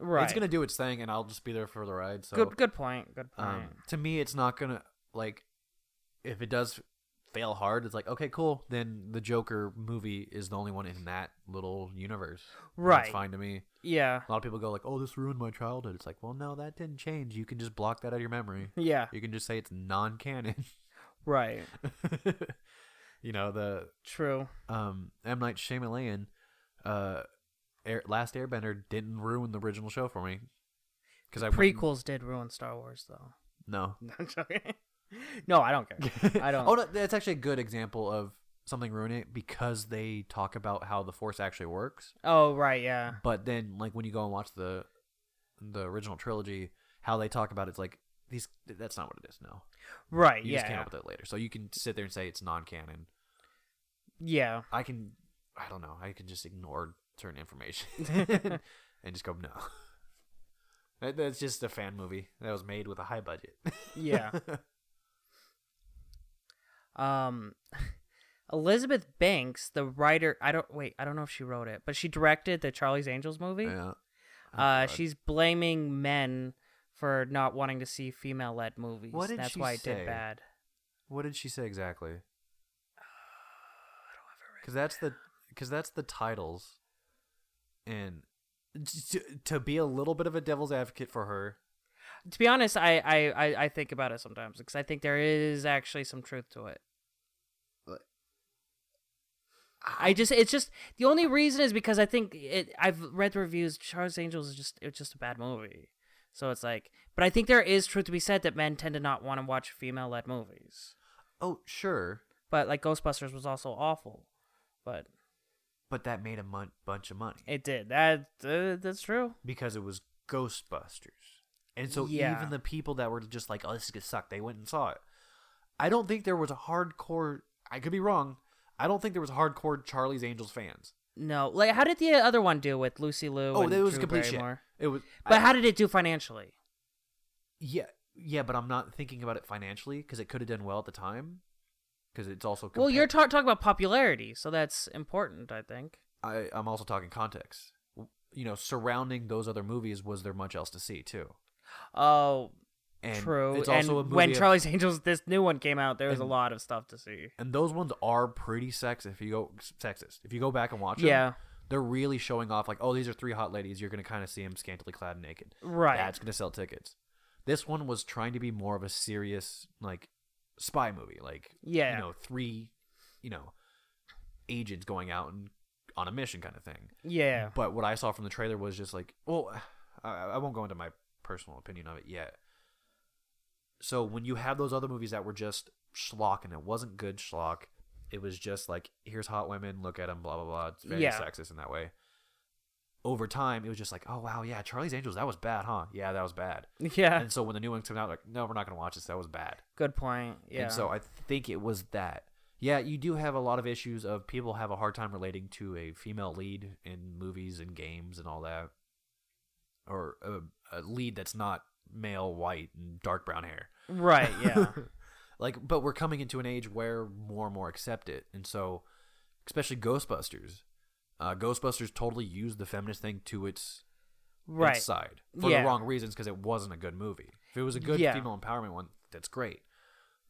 Speaker 1: Right.
Speaker 2: it's gonna do its thing, and I'll just be there for the ride. So,
Speaker 1: good. Good point. Good point.
Speaker 2: um, to me, it's not gonna like if it does fail hard, it's like okay, cool. Then the Joker movie is the only one in that little universe. and
Speaker 1: Right.
Speaker 2: it's fine to me.
Speaker 1: yeah.
Speaker 2: A lot of people go like, oh, this ruined my childhood. It's like, well, no, that didn't change. You can just block that out of your memory.
Speaker 1: Yeah.
Speaker 2: You can just say it's non-canon.
Speaker 1: Right.
Speaker 2: you know the
Speaker 1: True.
Speaker 2: um, M Night Shyamalan, uh, Air, Last Airbender didn't ruin the original show for me because I wouldn't-
Speaker 1: Prequels did ruin Star Wars, though.
Speaker 2: No,
Speaker 1: No, I'm joking. no, I don't care. I don't.
Speaker 2: oh, no, that's actually a good example of something ruining it because they talk about how the Force actually works.
Speaker 1: oh, right, yeah.
Speaker 2: But then, like when you go and watch the the original trilogy, how they talk about it, it's like these. That's not what it is. No,
Speaker 1: Right,
Speaker 2: you
Speaker 1: yeah.
Speaker 2: just came
Speaker 1: yeah.
Speaker 2: up with it later, so you can sit there and say it's non-canon.
Speaker 1: yeah.
Speaker 2: I can, I don't know, I can just ignore certain information and just go no. That, that's just a fan movie that was made with a high budget.
Speaker 1: Yeah. um Elizabeth Banks, the writer, I don't wait, I don't know if she wrote it, but she directed the Charlie's Angels movie.
Speaker 2: yeah. oh,
Speaker 1: uh she's blaming men for not wanting to see female-led movies.
Speaker 2: What did
Speaker 1: That's
Speaker 2: she
Speaker 1: why it
Speaker 2: say?
Speaker 1: did bad.
Speaker 2: What did she say exactly? Because that's the because that's the titles, and to, to be a little bit of a devil's advocate for her,
Speaker 1: To be honest, I I I, I think about it sometimes because I think there is actually some truth to it. I just it's just the only reason is because I think it I've read the reviews Charles Angels is just it's just a bad movie. So it's like but I think there is truth to be said that men tend to not want to watch female led movies.
Speaker 2: oh sure,
Speaker 1: But like Ghostbusters was also awful. But
Speaker 2: but that made a mon- bunch of money
Speaker 1: it did. That uh, that's true.
Speaker 2: because it was Ghostbusters, and so
Speaker 1: Yeah.
Speaker 2: even the people that were just like, "Oh, this is gonna suck," they went and saw it. I don't think there was a hardcore. I could be wrong. I don't think there was hardcore Charlie's Angels fans.
Speaker 1: No. Like how did the other one do with Lucy Liu
Speaker 2: Oh,
Speaker 1: and
Speaker 2: that was
Speaker 1: Drew
Speaker 2: complete
Speaker 1: Barrymore?
Speaker 2: shit. It was.
Speaker 1: But how did it do financially?
Speaker 2: Yeah, yeah, but I'm not thinking about it financially because it could have done well at the time. Because it's also
Speaker 1: Well, you're
Speaker 2: compa-
Speaker 1: ta- talking about popularity, so that's important, I think.
Speaker 2: I, I'm also talking context. You know, surrounding those other movies, was there much else to see too?
Speaker 1: Oh,
Speaker 2: And
Speaker 1: True.
Speaker 2: It's also
Speaker 1: and
Speaker 2: a movie
Speaker 1: when
Speaker 2: of-
Speaker 1: Charlie's Angels, this new one came out, there was a lot of stuff to see.
Speaker 2: and those ones are pretty sexist. If you go sexist, if you go back and watch them,
Speaker 1: Yeah.
Speaker 2: they're really showing off. Like, oh, these are three hot ladies. You're gonna kind of see them scantily clad and naked.
Speaker 1: Right.
Speaker 2: That's gonna sell tickets. This one was trying to be more of a serious like spy movie. Like,
Speaker 1: Yeah.
Speaker 2: you know, three, you know, agents going out and on a mission kind of thing.
Speaker 1: Yeah.
Speaker 2: But what I saw from the trailer was just like, well, I, I won't go into my personal opinion of it yet. So when you have those other movies that were just schlock and it wasn't good schlock, it was just like, here's hot women, look at them, blah blah blah. It's very
Speaker 1: Yeah.
Speaker 2: sexist in that way. Over time, it was just like, oh wow, yeah, Charlie's Angels, that was bad, huh? Yeah, that was bad.
Speaker 1: Yeah.
Speaker 2: And so when the new ones come out, like, no, we're not gonna watch this. That was bad.
Speaker 1: Good point. Yeah.
Speaker 2: And so I think it was that. Yeah, you do have a lot of issues of people have a hard time relating to a female lead in movies and games and all that, or a, a lead that's not male, white, and dark brown hair.
Speaker 1: right. Yeah.
Speaker 2: Like, but we're coming into an age where more and more accept it, and so especially Ghostbusters. Uh, Ghostbusters totally used the feminist thing to its
Speaker 1: right.
Speaker 2: its side for
Speaker 1: Yeah.
Speaker 2: the wrong reasons because it wasn't a good movie. If it was a good
Speaker 1: Yeah.
Speaker 2: female empowerment one, that's great.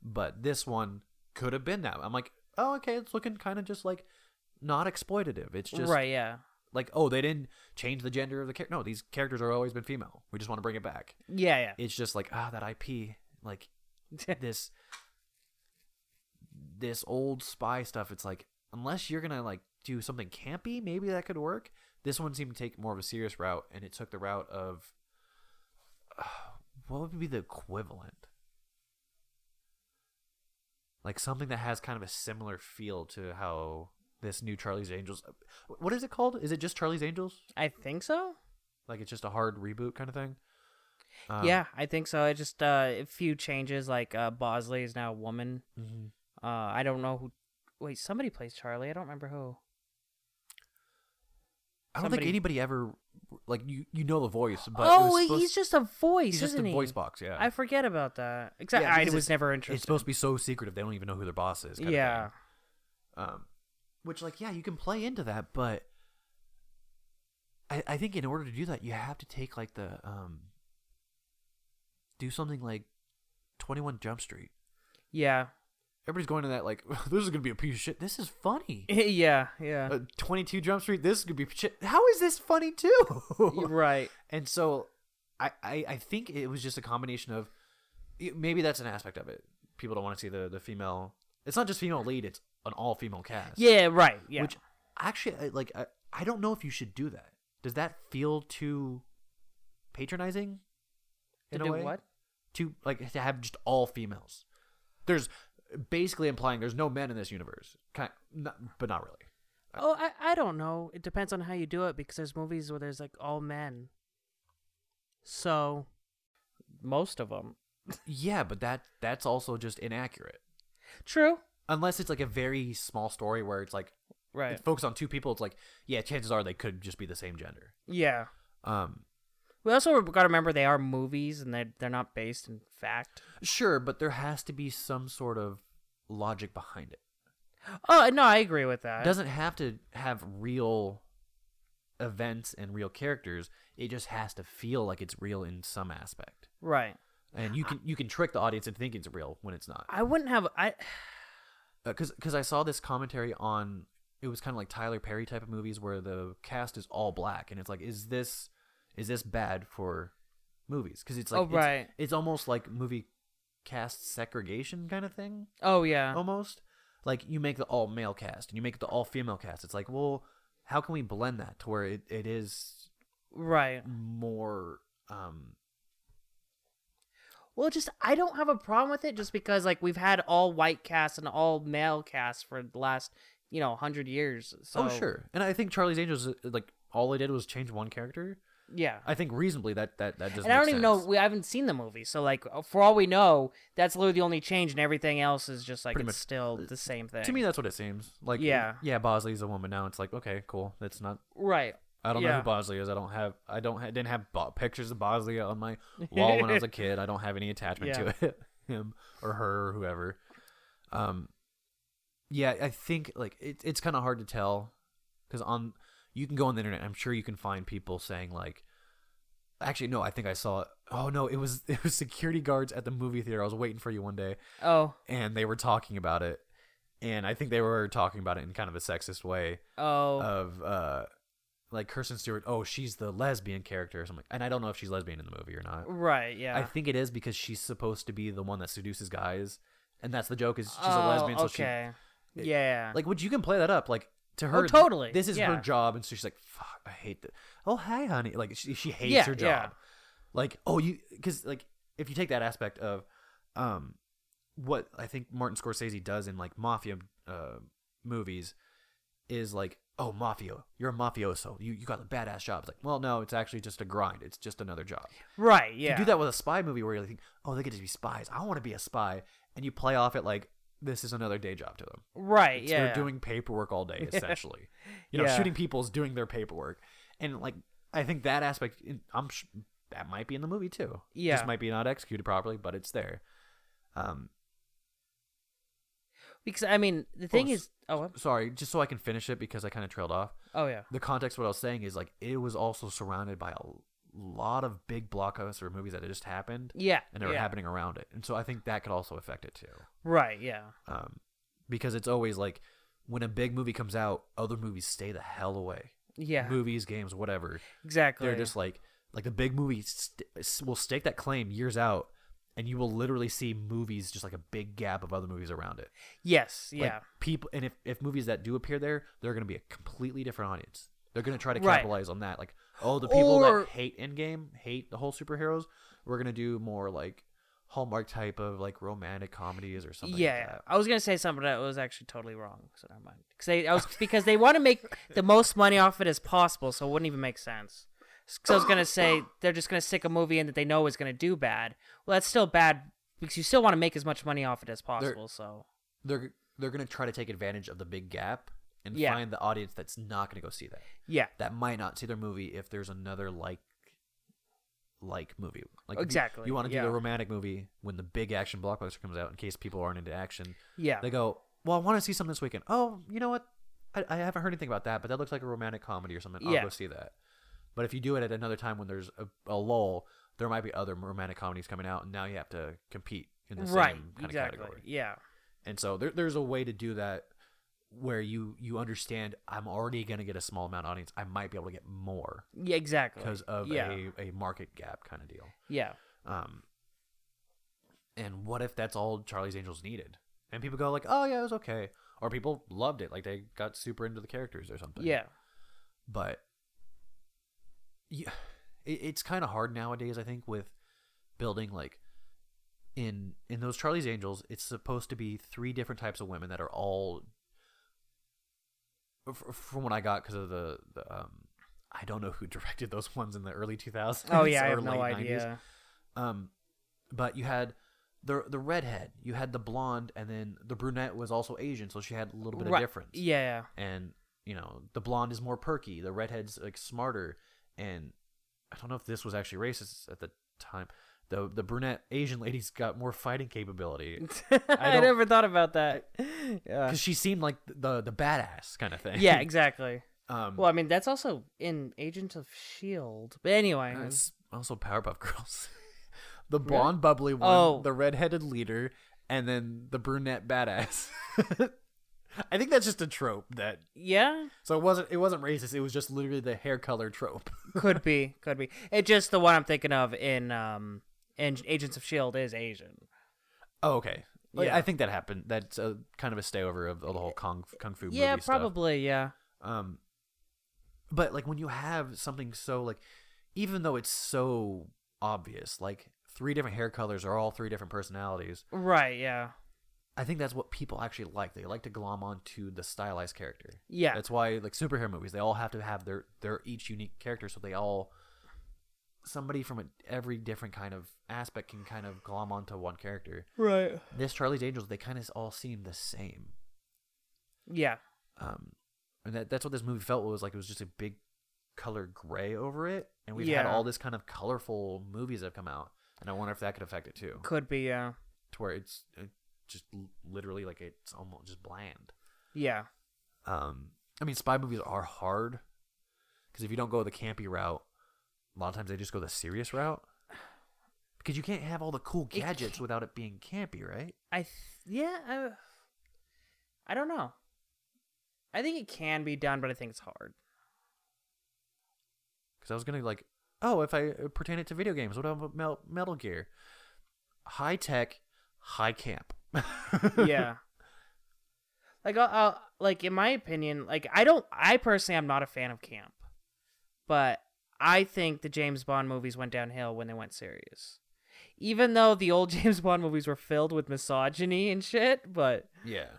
Speaker 2: But this one could have been that. I'm like, oh, okay, it's looking kind of just like not exploitative. It's just
Speaker 1: right. Yeah.
Speaker 2: like, oh, they didn't change the gender of the character. No, these characters have always been female. We just want to bring it back.
Speaker 1: Yeah. Yeah.
Speaker 2: It's just like, ah, that IP, like this, this old spy stuff. It's like, unless you're gonna like do something campy, maybe that could work. This one seemed to take more of a serious route, and it took the route of what would be the equivalent? Like something that has kind of a similar feel to how this new Charlie's Angels. What is it called? Is it just Charlie's Angels?
Speaker 1: I think so.
Speaker 2: Like it's just a hard reboot kind of thing? Um,
Speaker 1: yeah, I think so. It just uh, a few changes. Like uh, Bosley is now a woman.
Speaker 2: mhm.
Speaker 1: Uh, I don't know who. Wait, somebody plays Charlie. I don't remember who.
Speaker 2: I don't
Speaker 1: Somebody-
Speaker 2: think anybody ever like you. You know the voice, but it
Speaker 1: oh,
Speaker 2: was
Speaker 1: he-
Speaker 2: supposed-
Speaker 1: he's just a voice,
Speaker 2: he's just
Speaker 1: isn't
Speaker 2: a
Speaker 1: he?
Speaker 2: voice box. Yeah,
Speaker 1: I forget about that. Exactly.
Speaker 2: Yeah,
Speaker 1: I
Speaker 2: because
Speaker 1: was
Speaker 2: it's-
Speaker 1: never
Speaker 2: it's
Speaker 1: interested.
Speaker 2: supposed to be so secretive they don't even know who their boss is. kind of thing.
Speaker 1: yeah.
Speaker 2: Um, which, like, yeah, you can play into that, but I, I think in order to do that, you have to take like the um, do something like Twenty One Jump Street.
Speaker 1: Yeah.
Speaker 2: Everybody's going to that like this is gonna be a piece of shit. This is funny.
Speaker 1: yeah. Yeah.
Speaker 2: Uh, Twenty Two Jump Street. This is gonna be shit. How is this funny too?
Speaker 1: You're right.
Speaker 2: and so I, I I think it was just a combination of maybe that's an aspect of it. People don't want to see the the female. It's not just female lead. It's an all female cast.
Speaker 1: Yeah. Right. Yeah.
Speaker 2: Which actually, I- like, I, I don't know if you should do that. Does that feel too patronizing?
Speaker 1: to
Speaker 2: in a
Speaker 1: do
Speaker 2: way?
Speaker 1: what?
Speaker 2: To like to have just all females. There's basically implying there's no men in this universe. Kind, not, but not really. uh,
Speaker 1: Oh, I, I don't know. It depends on how you do it because there's movies where there's like all men. So, most of them.
Speaker 2: Yeah, but that that's also just inaccurate.
Speaker 1: True.
Speaker 2: Unless it's like a very small story where it's like
Speaker 1: Right.
Speaker 2: it's focused on two people. It's like yeah, chances are they could just be the same gender.
Speaker 1: yeah.
Speaker 2: Um,
Speaker 1: We also got to remember they are movies and they're, they're not based in fact.
Speaker 2: sure, but there has to be some sort of logic behind it.
Speaker 1: Oh, no, I agree with that.
Speaker 2: doesn't have to have real events and real characters. It just has to feel like it's real in some aspect.
Speaker 1: right.
Speaker 2: And you can you can trick the audience into thinking it's real when it's not.
Speaker 1: I wouldn't have. I
Speaker 2: Because Uh, I saw this commentary on it was kind of like Tyler Perry type of movies where the cast is all black and it's like is this is this bad for movies? Because it's like
Speaker 1: Oh,
Speaker 2: it's-
Speaker 1: right.
Speaker 2: it's almost like movie cast segregation kind of thing.
Speaker 1: Oh, yeah.
Speaker 2: almost. Like you make the all male cast and you make the all female cast. It's like, well, how can we blend that to where it, it is
Speaker 1: Right.
Speaker 2: more um
Speaker 1: Well, just I don't have a problem with it just because like we've had all white casts and all male casts for the last, you know, 100 years. So
Speaker 2: Oh sure. And I think Charlie's Angels uh, like all they did was change one character.
Speaker 1: Yeah.
Speaker 2: I think reasonably that that that doesn't
Speaker 1: and I don't
Speaker 2: make
Speaker 1: even know
Speaker 2: sense.
Speaker 1: we haven't seen the movie. So like uh, for all we know, that's literally the only change and everything else is just like
Speaker 2: Pretty
Speaker 1: it's
Speaker 2: much. uh,
Speaker 1: still the same thing.
Speaker 2: to me that's what it seems. Like
Speaker 1: Yeah.
Speaker 2: Yeah, Bosley's a woman now. It's like, okay, cool. That's not
Speaker 1: right.
Speaker 2: I don't know
Speaker 1: Yeah.
Speaker 2: who Bosley is. I don't have I don't ha- didn't have bo- pictures of Bosley on my wall when I was a kid. I don't have any attachment to it, him or her or whoever. Um, yeah, I think like it, it's kind of hard to tell because on you can go on the internet. I'm sure you can find people saying like Actually, no, I think I saw it. Oh no, it was it was security guards at the movie theater. I was waiting for you one day,
Speaker 1: Oh,
Speaker 2: and they were talking about it, and I think they were talking about it in kind of a sexist way
Speaker 1: oh,
Speaker 2: of uh, like Kirsten Stewart. Oh, she's the lesbian character or something, and I don't know if she's lesbian in the movie or not.
Speaker 1: right, yeah.
Speaker 2: I think it is because she's supposed to be the one that seduces guys, and that's the joke is she's
Speaker 1: oh,
Speaker 2: a lesbian, so she
Speaker 1: okay. yeah. Oh,
Speaker 2: like, which you can play that up, like to her.
Speaker 1: totally,
Speaker 2: This is
Speaker 1: yeah.
Speaker 2: her job, and so she's like, "Fuck, I hate that." Oh, hi, honey. Like she, she hates
Speaker 1: Yeah,
Speaker 2: her
Speaker 1: yeah.
Speaker 2: job. Like, oh, you because like if you take that aspect of, um, what I think Martin Scorsese does in like mafia uh, movies is like, oh, mafia, you're a mafioso. You you got a badass job. It's like, well, no, it's actually just a grind. It's just another job.
Speaker 1: right,
Speaker 2: You
Speaker 1: yeah.
Speaker 2: do that with a spy movie where you think, oh, they get to be spies. I want to be a spy, and you play off it like this is another day job to them.
Speaker 1: Right,
Speaker 2: It's-
Speaker 1: yeah.
Speaker 2: They're doing paperwork all day, essentially. you know,
Speaker 1: Yeah.
Speaker 2: shooting people is doing their paperwork, and like I think that aspect, I'm sh- that might be in the movie too.
Speaker 1: Yeah.
Speaker 2: just might be not executed properly, but it's there. Um,
Speaker 1: because I mean, the thing
Speaker 2: Oh,
Speaker 1: is, oh, I'm-
Speaker 2: sorry, just so I can finish it because I kind of trailed off.
Speaker 1: oh yeah,
Speaker 2: The context of what I was saying is like it was also surrounded by a lot of big blockbuster movies that had just happened,
Speaker 1: yeah,
Speaker 2: and they were
Speaker 1: yeah.
Speaker 2: happening around it, and so I think that could also affect it too.
Speaker 1: Right, yeah,
Speaker 2: um, because it's always like when a big movie comes out, other movies stay the hell away.
Speaker 1: yeah,
Speaker 2: Movies, games, whatever.
Speaker 1: exactly.
Speaker 2: They're just like like the big movie st- s- will stake that claim years out, and you will literally see movies just like a big gap of other movies around it.
Speaker 1: yes,
Speaker 2: Like,
Speaker 1: yeah,
Speaker 2: people, and if if movies that do appear there, they're going to be a completely different audience. They're going to try to
Speaker 1: Right.
Speaker 2: capitalize on that. Like, oh, the people
Speaker 1: Or-
Speaker 2: that hate Endgame, hate the whole superheroes. We're going to do more like Hallmark type of like romantic comedies or something. like
Speaker 1: yeah.
Speaker 2: that.
Speaker 1: I was gonna say something that was actually totally wrong, so never mind. Because they, I was because they want to make the most money off it as possible, so it wouldn't even make sense. So I was gonna say they're just gonna stick a movie in that they know is gonna do bad. Well, that's still bad because you still want to make as much money off it as possible. so
Speaker 2: they're they're gonna try to take advantage of the big gap and
Speaker 1: Yeah.
Speaker 2: find the audience that's not gonna go see that
Speaker 1: yeah,
Speaker 2: that might not see their movie if there's another like like movie like you-
Speaker 1: Exactly,
Speaker 2: you, want to do
Speaker 1: yeah.
Speaker 2: the romantic movie when the big action blockbuster comes out in case people aren't into action
Speaker 1: yeah,
Speaker 2: they go well i want to see something this weekend oh you know what I, I haven't heard anything about that but that looks like a romantic comedy or something i'll
Speaker 1: Yeah.
Speaker 2: go see that but if you do it at another time when there's a, a lull there might be other romantic comedies coming out and now you have to compete in the
Speaker 1: right,
Speaker 2: same kind
Speaker 1: exactly,
Speaker 2: of category
Speaker 1: yeah,
Speaker 2: and so there, there's a way to do that where you you understand I'm already going to get a small amount of audience. I might be able to get more
Speaker 1: yeah, exactly
Speaker 2: because of
Speaker 1: yeah,
Speaker 2: a, a market gap kind of deal.
Speaker 1: yeah,
Speaker 2: Um, and what if that's all Charlie's Angels needed? And people go like, "Oh yeah, it was okay," or people loved it, like they got super into the characters or something.
Speaker 1: yeah,
Speaker 2: but yeah, it, it's kind of hard nowadays. I think with building like in in those Charlie's Angels, it's supposed to be three different types of women that are all f- from what I got because of the, the um, I don't know who directed those ones in the early 2000s.
Speaker 1: oh yeah, I
Speaker 2: or
Speaker 1: have no
Speaker 2: late 90s.
Speaker 1: idea.
Speaker 2: Um, but you had the the redhead, you had the blonde, and then the brunette was also Asian, so she had a little bit
Speaker 1: Right,
Speaker 2: of difference
Speaker 1: Yeah,
Speaker 2: and you know the blonde is more perky the redhead's like smarter and i don't know if this was actually racist at the time the the brunette asian lady's got more fighting capability
Speaker 1: I,
Speaker 2: I don't-
Speaker 1: never thought about that. yeah.
Speaker 2: because she seemed like the the badass kind of thing
Speaker 1: yeah, exactly.
Speaker 2: um
Speaker 1: Well, I mean, that's also in Agents of Shield. E But anyway,
Speaker 2: it's also powerpuff girls the blonde bubbly one
Speaker 1: Oh.
Speaker 2: the redheaded leader and then the brunette badass i think that's just a trope that
Speaker 1: yeah,
Speaker 2: so it wasn't it wasn't racist it was just literally the hair color trope
Speaker 1: could be, could be. It just the one I'm thinking of in um in Agents of Shield E is Asian.
Speaker 2: Oh, okay. Like,
Speaker 1: Yeah.
Speaker 2: I think that happened. That's a kind of a stayover of, of the whole kung kung fu.
Speaker 1: yeah,
Speaker 2: movie stuff.
Speaker 1: probably. Yeah,
Speaker 2: Um, but like when you have something so like, even though it's so obvious, like three different hair colors are all three different personalities.
Speaker 1: right. Yeah,
Speaker 2: I think that's what people actually like. They like to glom onto the stylized character.
Speaker 1: yeah,
Speaker 2: That's why like superhero movies, they all have to have their their each unique character, so they all somebody from a, every different kind of aspect can kind of glom onto one character.
Speaker 1: right.
Speaker 2: This Charlie's Angels, they kind of all seem the same.
Speaker 1: Yeah,
Speaker 2: um and that, that's what this movie felt was like it was just a big color gray over it and we've had
Speaker 1: Yeah.
Speaker 2: all this kind of colorful movies that have come out and i wonder if that could affect it too
Speaker 1: could be. Yeah,
Speaker 2: to where it's it just l- literally like it's almost just bland
Speaker 1: yeah,
Speaker 2: um i mean spy movies are hard because if you don't go the campy route A lot of times they just go the serious route because you can't have all the cool
Speaker 1: It
Speaker 2: gadgets
Speaker 1: can't-
Speaker 2: without it being campy, right?
Speaker 1: I th- yeah, I, I don't know. I think it can be done, but I think it's hard.
Speaker 2: Because I was gonna like, oh, if I uh, pertain it to video games, what about Mel- Metal Gear? High tech, high camp.
Speaker 1: yeah. Like I'll, I'll like in my opinion, like I don't I personally am not a fan of camp. But I think the James Bond movies went downhill when they went serious. Even though the old James Bond movies were filled with misogyny and shit, but
Speaker 2: Yeah.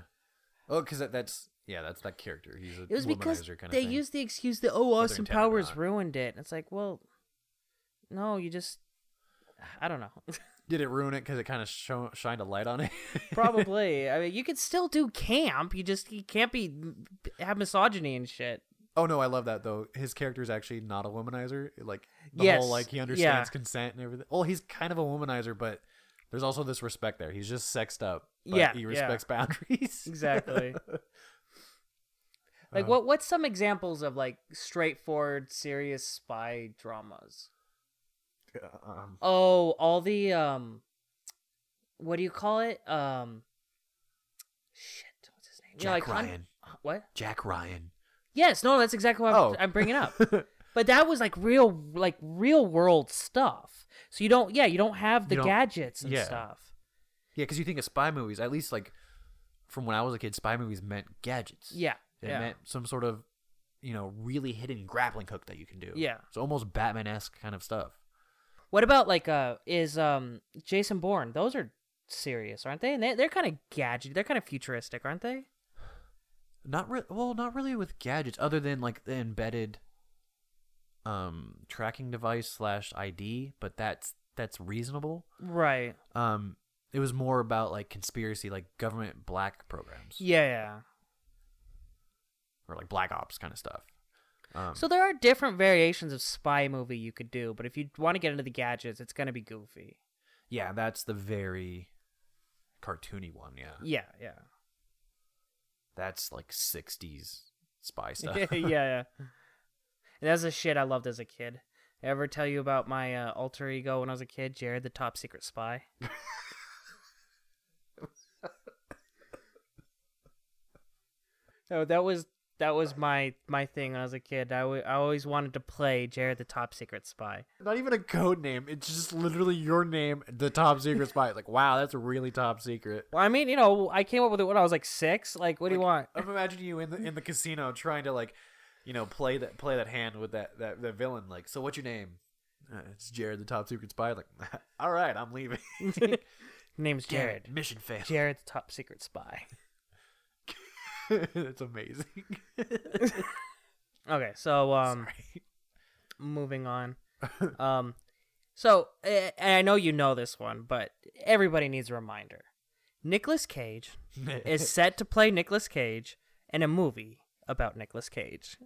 Speaker 2: Oh, because that, that's yeah, that's that character. He's a
Speaker 1: it was
Speaker 2: womanizer
Speaker 1: because
Speaker 2: kind
Speaker 1: they
Speaker 2: of thing.
Speaker 1: used the excuse that oh
Speaker 2: Whether
Speaker 1: Austin
Speaker 2: intended or
Speaker 1: Powers
Speaker 2: not.
Speaker 1: ruined it. And it's like, well, no, you just I don't know.
Speaker 2: Did it ruin it because it kind of sho- shined a light on it?
Speaker 1: Probably. I mean, you could still do camp. You just you can't be have misogyny and shit.
Speaker 2: oh no, I love that though. His character is actually not a womanizer. Like the
Speaker 1: Yes,
Speaker 2: whole like he
Speaker 1: yeah.
Speaker 2: understands consent and everything. Oh, he's kind of a womanizer, but there's also this respect there. He's just sexed up. But
Speaker 1: Yeah,
Speaker 2: he
Speaker 1: yeah.
Speaker 2: respects boundaries.
Speaker 1: Exactly. like
Speaker 2: Uh,
Speaker 1: what what's some examples of like straightforward serious spy dramas?
Speaker 2: Um,
Speaker 1: Oh, all the um what do you call it? Um shit, what's his name? You know,
Speaker 2: Jack
Speaker 1: Hun-
Speaker 2: Ryan.
Speaker 1: What?
Speaker 2: Jack Ryan.
Speaker 1: Yes, no, that's exactly what I'm,
Speaker 2: Oh.
Speaker 1: I'm bringing up. but that was like real like real world stuff. So you don't yeah, you don't have the
Speaker 2: You don't-
Speaker 1: gadgets and
Speaker 2: yeah.
Speaker 1: stuff.
Speaker 2: Yeah, because you think of spy movies, at least like from when I was a kid, spy movies meant gadgets.
Speaker 1: Yeah.
Speaker 2: It
Speaker 1: yeah.
Speaker 2: meant some sort of, you know, really hidden grappling hook that you can do.
Speaker 1: Yeah.
Speaker 2: It's almost Batman esque kind of stuff.
Speaker 1: What about like uh is um Jason Bourne? Those are serious, aren't they? And they they're kind of gadget. They're kind of futuristic, aren't they?
Speaker 2: Not re- well, not really with gadgets, other than like the embedded um tracking device slash ID, but that's that's reasonable.
Speaker 1: Right.
Speaker 2: Um it was more about like conspiracy, like government black programs
Speaker 1: Yeah.
Speaker 2: or like black ops kind of stuff. Um,
Speaker 1: So there are different variations of spy movie you could do, but if you want to get into the gadgets, it's going to be goofy.
Speaker 2: yeah, that's the very cartoony one. Yeah,
Speaker 1: Yeah, yeah.
Speaker 2: that's like '60s spy stuff.
Speaker 1: yeah, yeah. And that's the shit I loved as a kid. Ever tell you about my uh, alter ego when I was a kid, Jared the top secret spy? no, that was that was my my thing when I was a kid. I wa- I always wanted to play Jared the top secret spy.
Speaker 2: Not even a code name. It's just literally your name, the top secret spy. Like, wow, that's really top secret.
Speaker 1: Well, I mean, you know, I came up with it when I was like 6. Like, what do you want?
Speaker 2: I'm imagining you in the in the casino trying to like, you know, play that play that hand with that that, that villain. Like, so what's your name? Uh, it's Jared, the top secret spy. Like, all right, I'm leaving.
Speaker 1: Name's Jared.
Speaker 2: mission failed.
Speaker 1: Jared the top secret spy.
Speaker 2: that's amazing.
Speaker 1: Okay, so um
Speaker 2: Sorry.
Speaker 1: moving on. um, so eh, and I know you know this one, but everybody needs a reminder. Nicolas Cage is set to play Nicolas Cage in a movie about Nicolas Cage,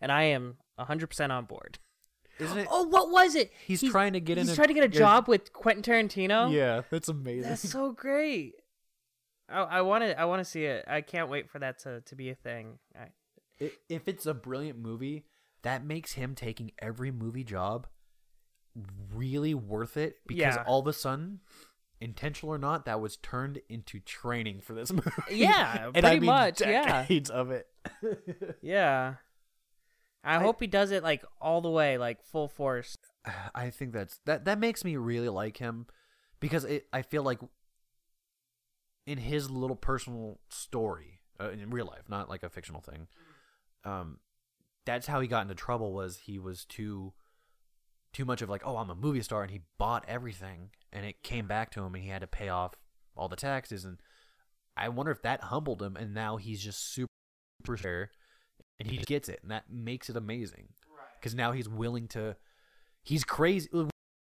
Speaker 1: and I am hundred percent on board.
Speaker 2: Isn't it?
Speaker 1: Oh, what was it?
Speaker 2: He's trying to get in
Speaker 1: He's
Speaker 2: a-
Speaker 1: trying to get a
Speaker 2: yeah.
Speaker 1: job with Quentin Tarantino.
Speaker 2: yeah, that's amazing.
Speaker 1: that's so great. I I want to I want to see it. I can't wait for that to, to be a thing. I,
Speaker 2: I- if it's a brilliant movie, that makes him taking every movie job really worth it because
Speaker 1: Yeah.
Speaker 2: all of a sudden, intentional or not, that was turned into training for this movie.
Speaker 1: Yeah,
Speaker 2: And
Speaker 1: pretty
Speaker 2: I mean
Speaker 1: much, yeah.
Speaker 2: Decades of it.
Speaker 1: yeah. I hope he does it like all the way, like full force.
Speaker 2: I think that's that. That makes me really like him because it, I feel like in his little personal story uh, in real life, not like a fictional thing. Um, that's how he got into trouble. Was he was too too much of like, oh, I'm a movie star, and he bought everything, and it came back to him, and he had to pay off all the taxes, and I wonder if that humbled him, and now he's just super sure, and he gets it, and that makes it amazing, because now he's willing to he's crazy. When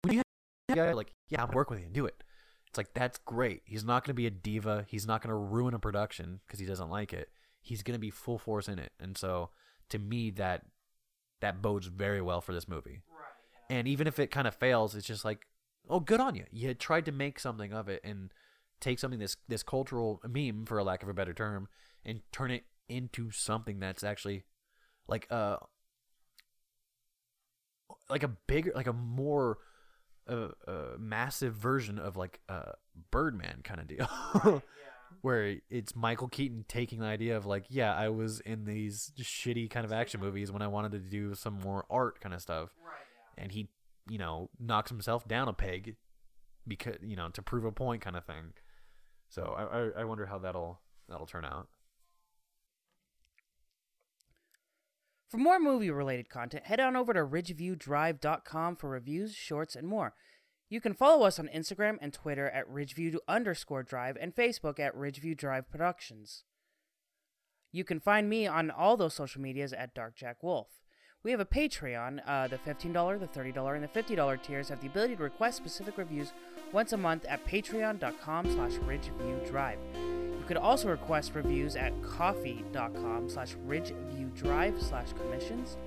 Speaker 2: you have a guy like, yeah, I'm work with you and do it. It's like that's great. He's not going to be a diva. He's not going to ruin a production because he doesn't like it. He's going to be full force in it. And so, to me, that that bodes very well for this movie. And even if it kind of fails, it's just like, oh, good on you. You tried to make something of it and take something this this cultural meme, for a lack of a better term, and turn it into something that's actually like uh like a bigger, like a more uh, uh, massive version of like uh, Birdman kind of deal, where it's Michael Keaton taking the idea of like, yeah, I was in these shitty kind of action movies when I wanted to do some more art kind of stuff, and he, you know, knocks himself down a peg because you know to prove a point kind of thing. So I, I, I wonder how that'll that'll turn out.
Speaker 1: For more movie related content, head on over to ridgeviewdrive.com for reviews, shorts, and more. You can follow us on Instagram and Twitter at ridgeview underscore drive and Facebook at Ridgeview Drive Productions. You can find me on all those social medias at Dark Jack Wolf. We have a Patreon. Uh, the $15, the $30, and the $50 tiers have the ability to request specific reviews once a month at patreon.com slash ridgeviewdrive. You could also request reviews at coffee.com slash ridgeviewdrive slash commissions.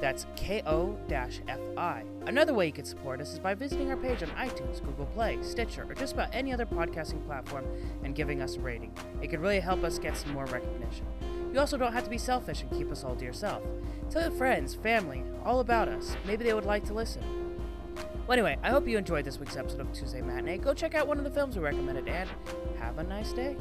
Speaker 1: That's K-O-F-I. Another way you can support us is by visiting our page on iTunes, Google Play, Stitcher, or just about any other podcasting platform and giving us a rating. It could really help us get some more recognition. You also don't have to be selfish and keep us all to yourself. Tell your friends, family, all about us. Maybe they would like to listen. Well, anyway, I hope you enjoyed this week's episode of Tuesday Matinee. Go check out one of the films we recommended and have a nice day.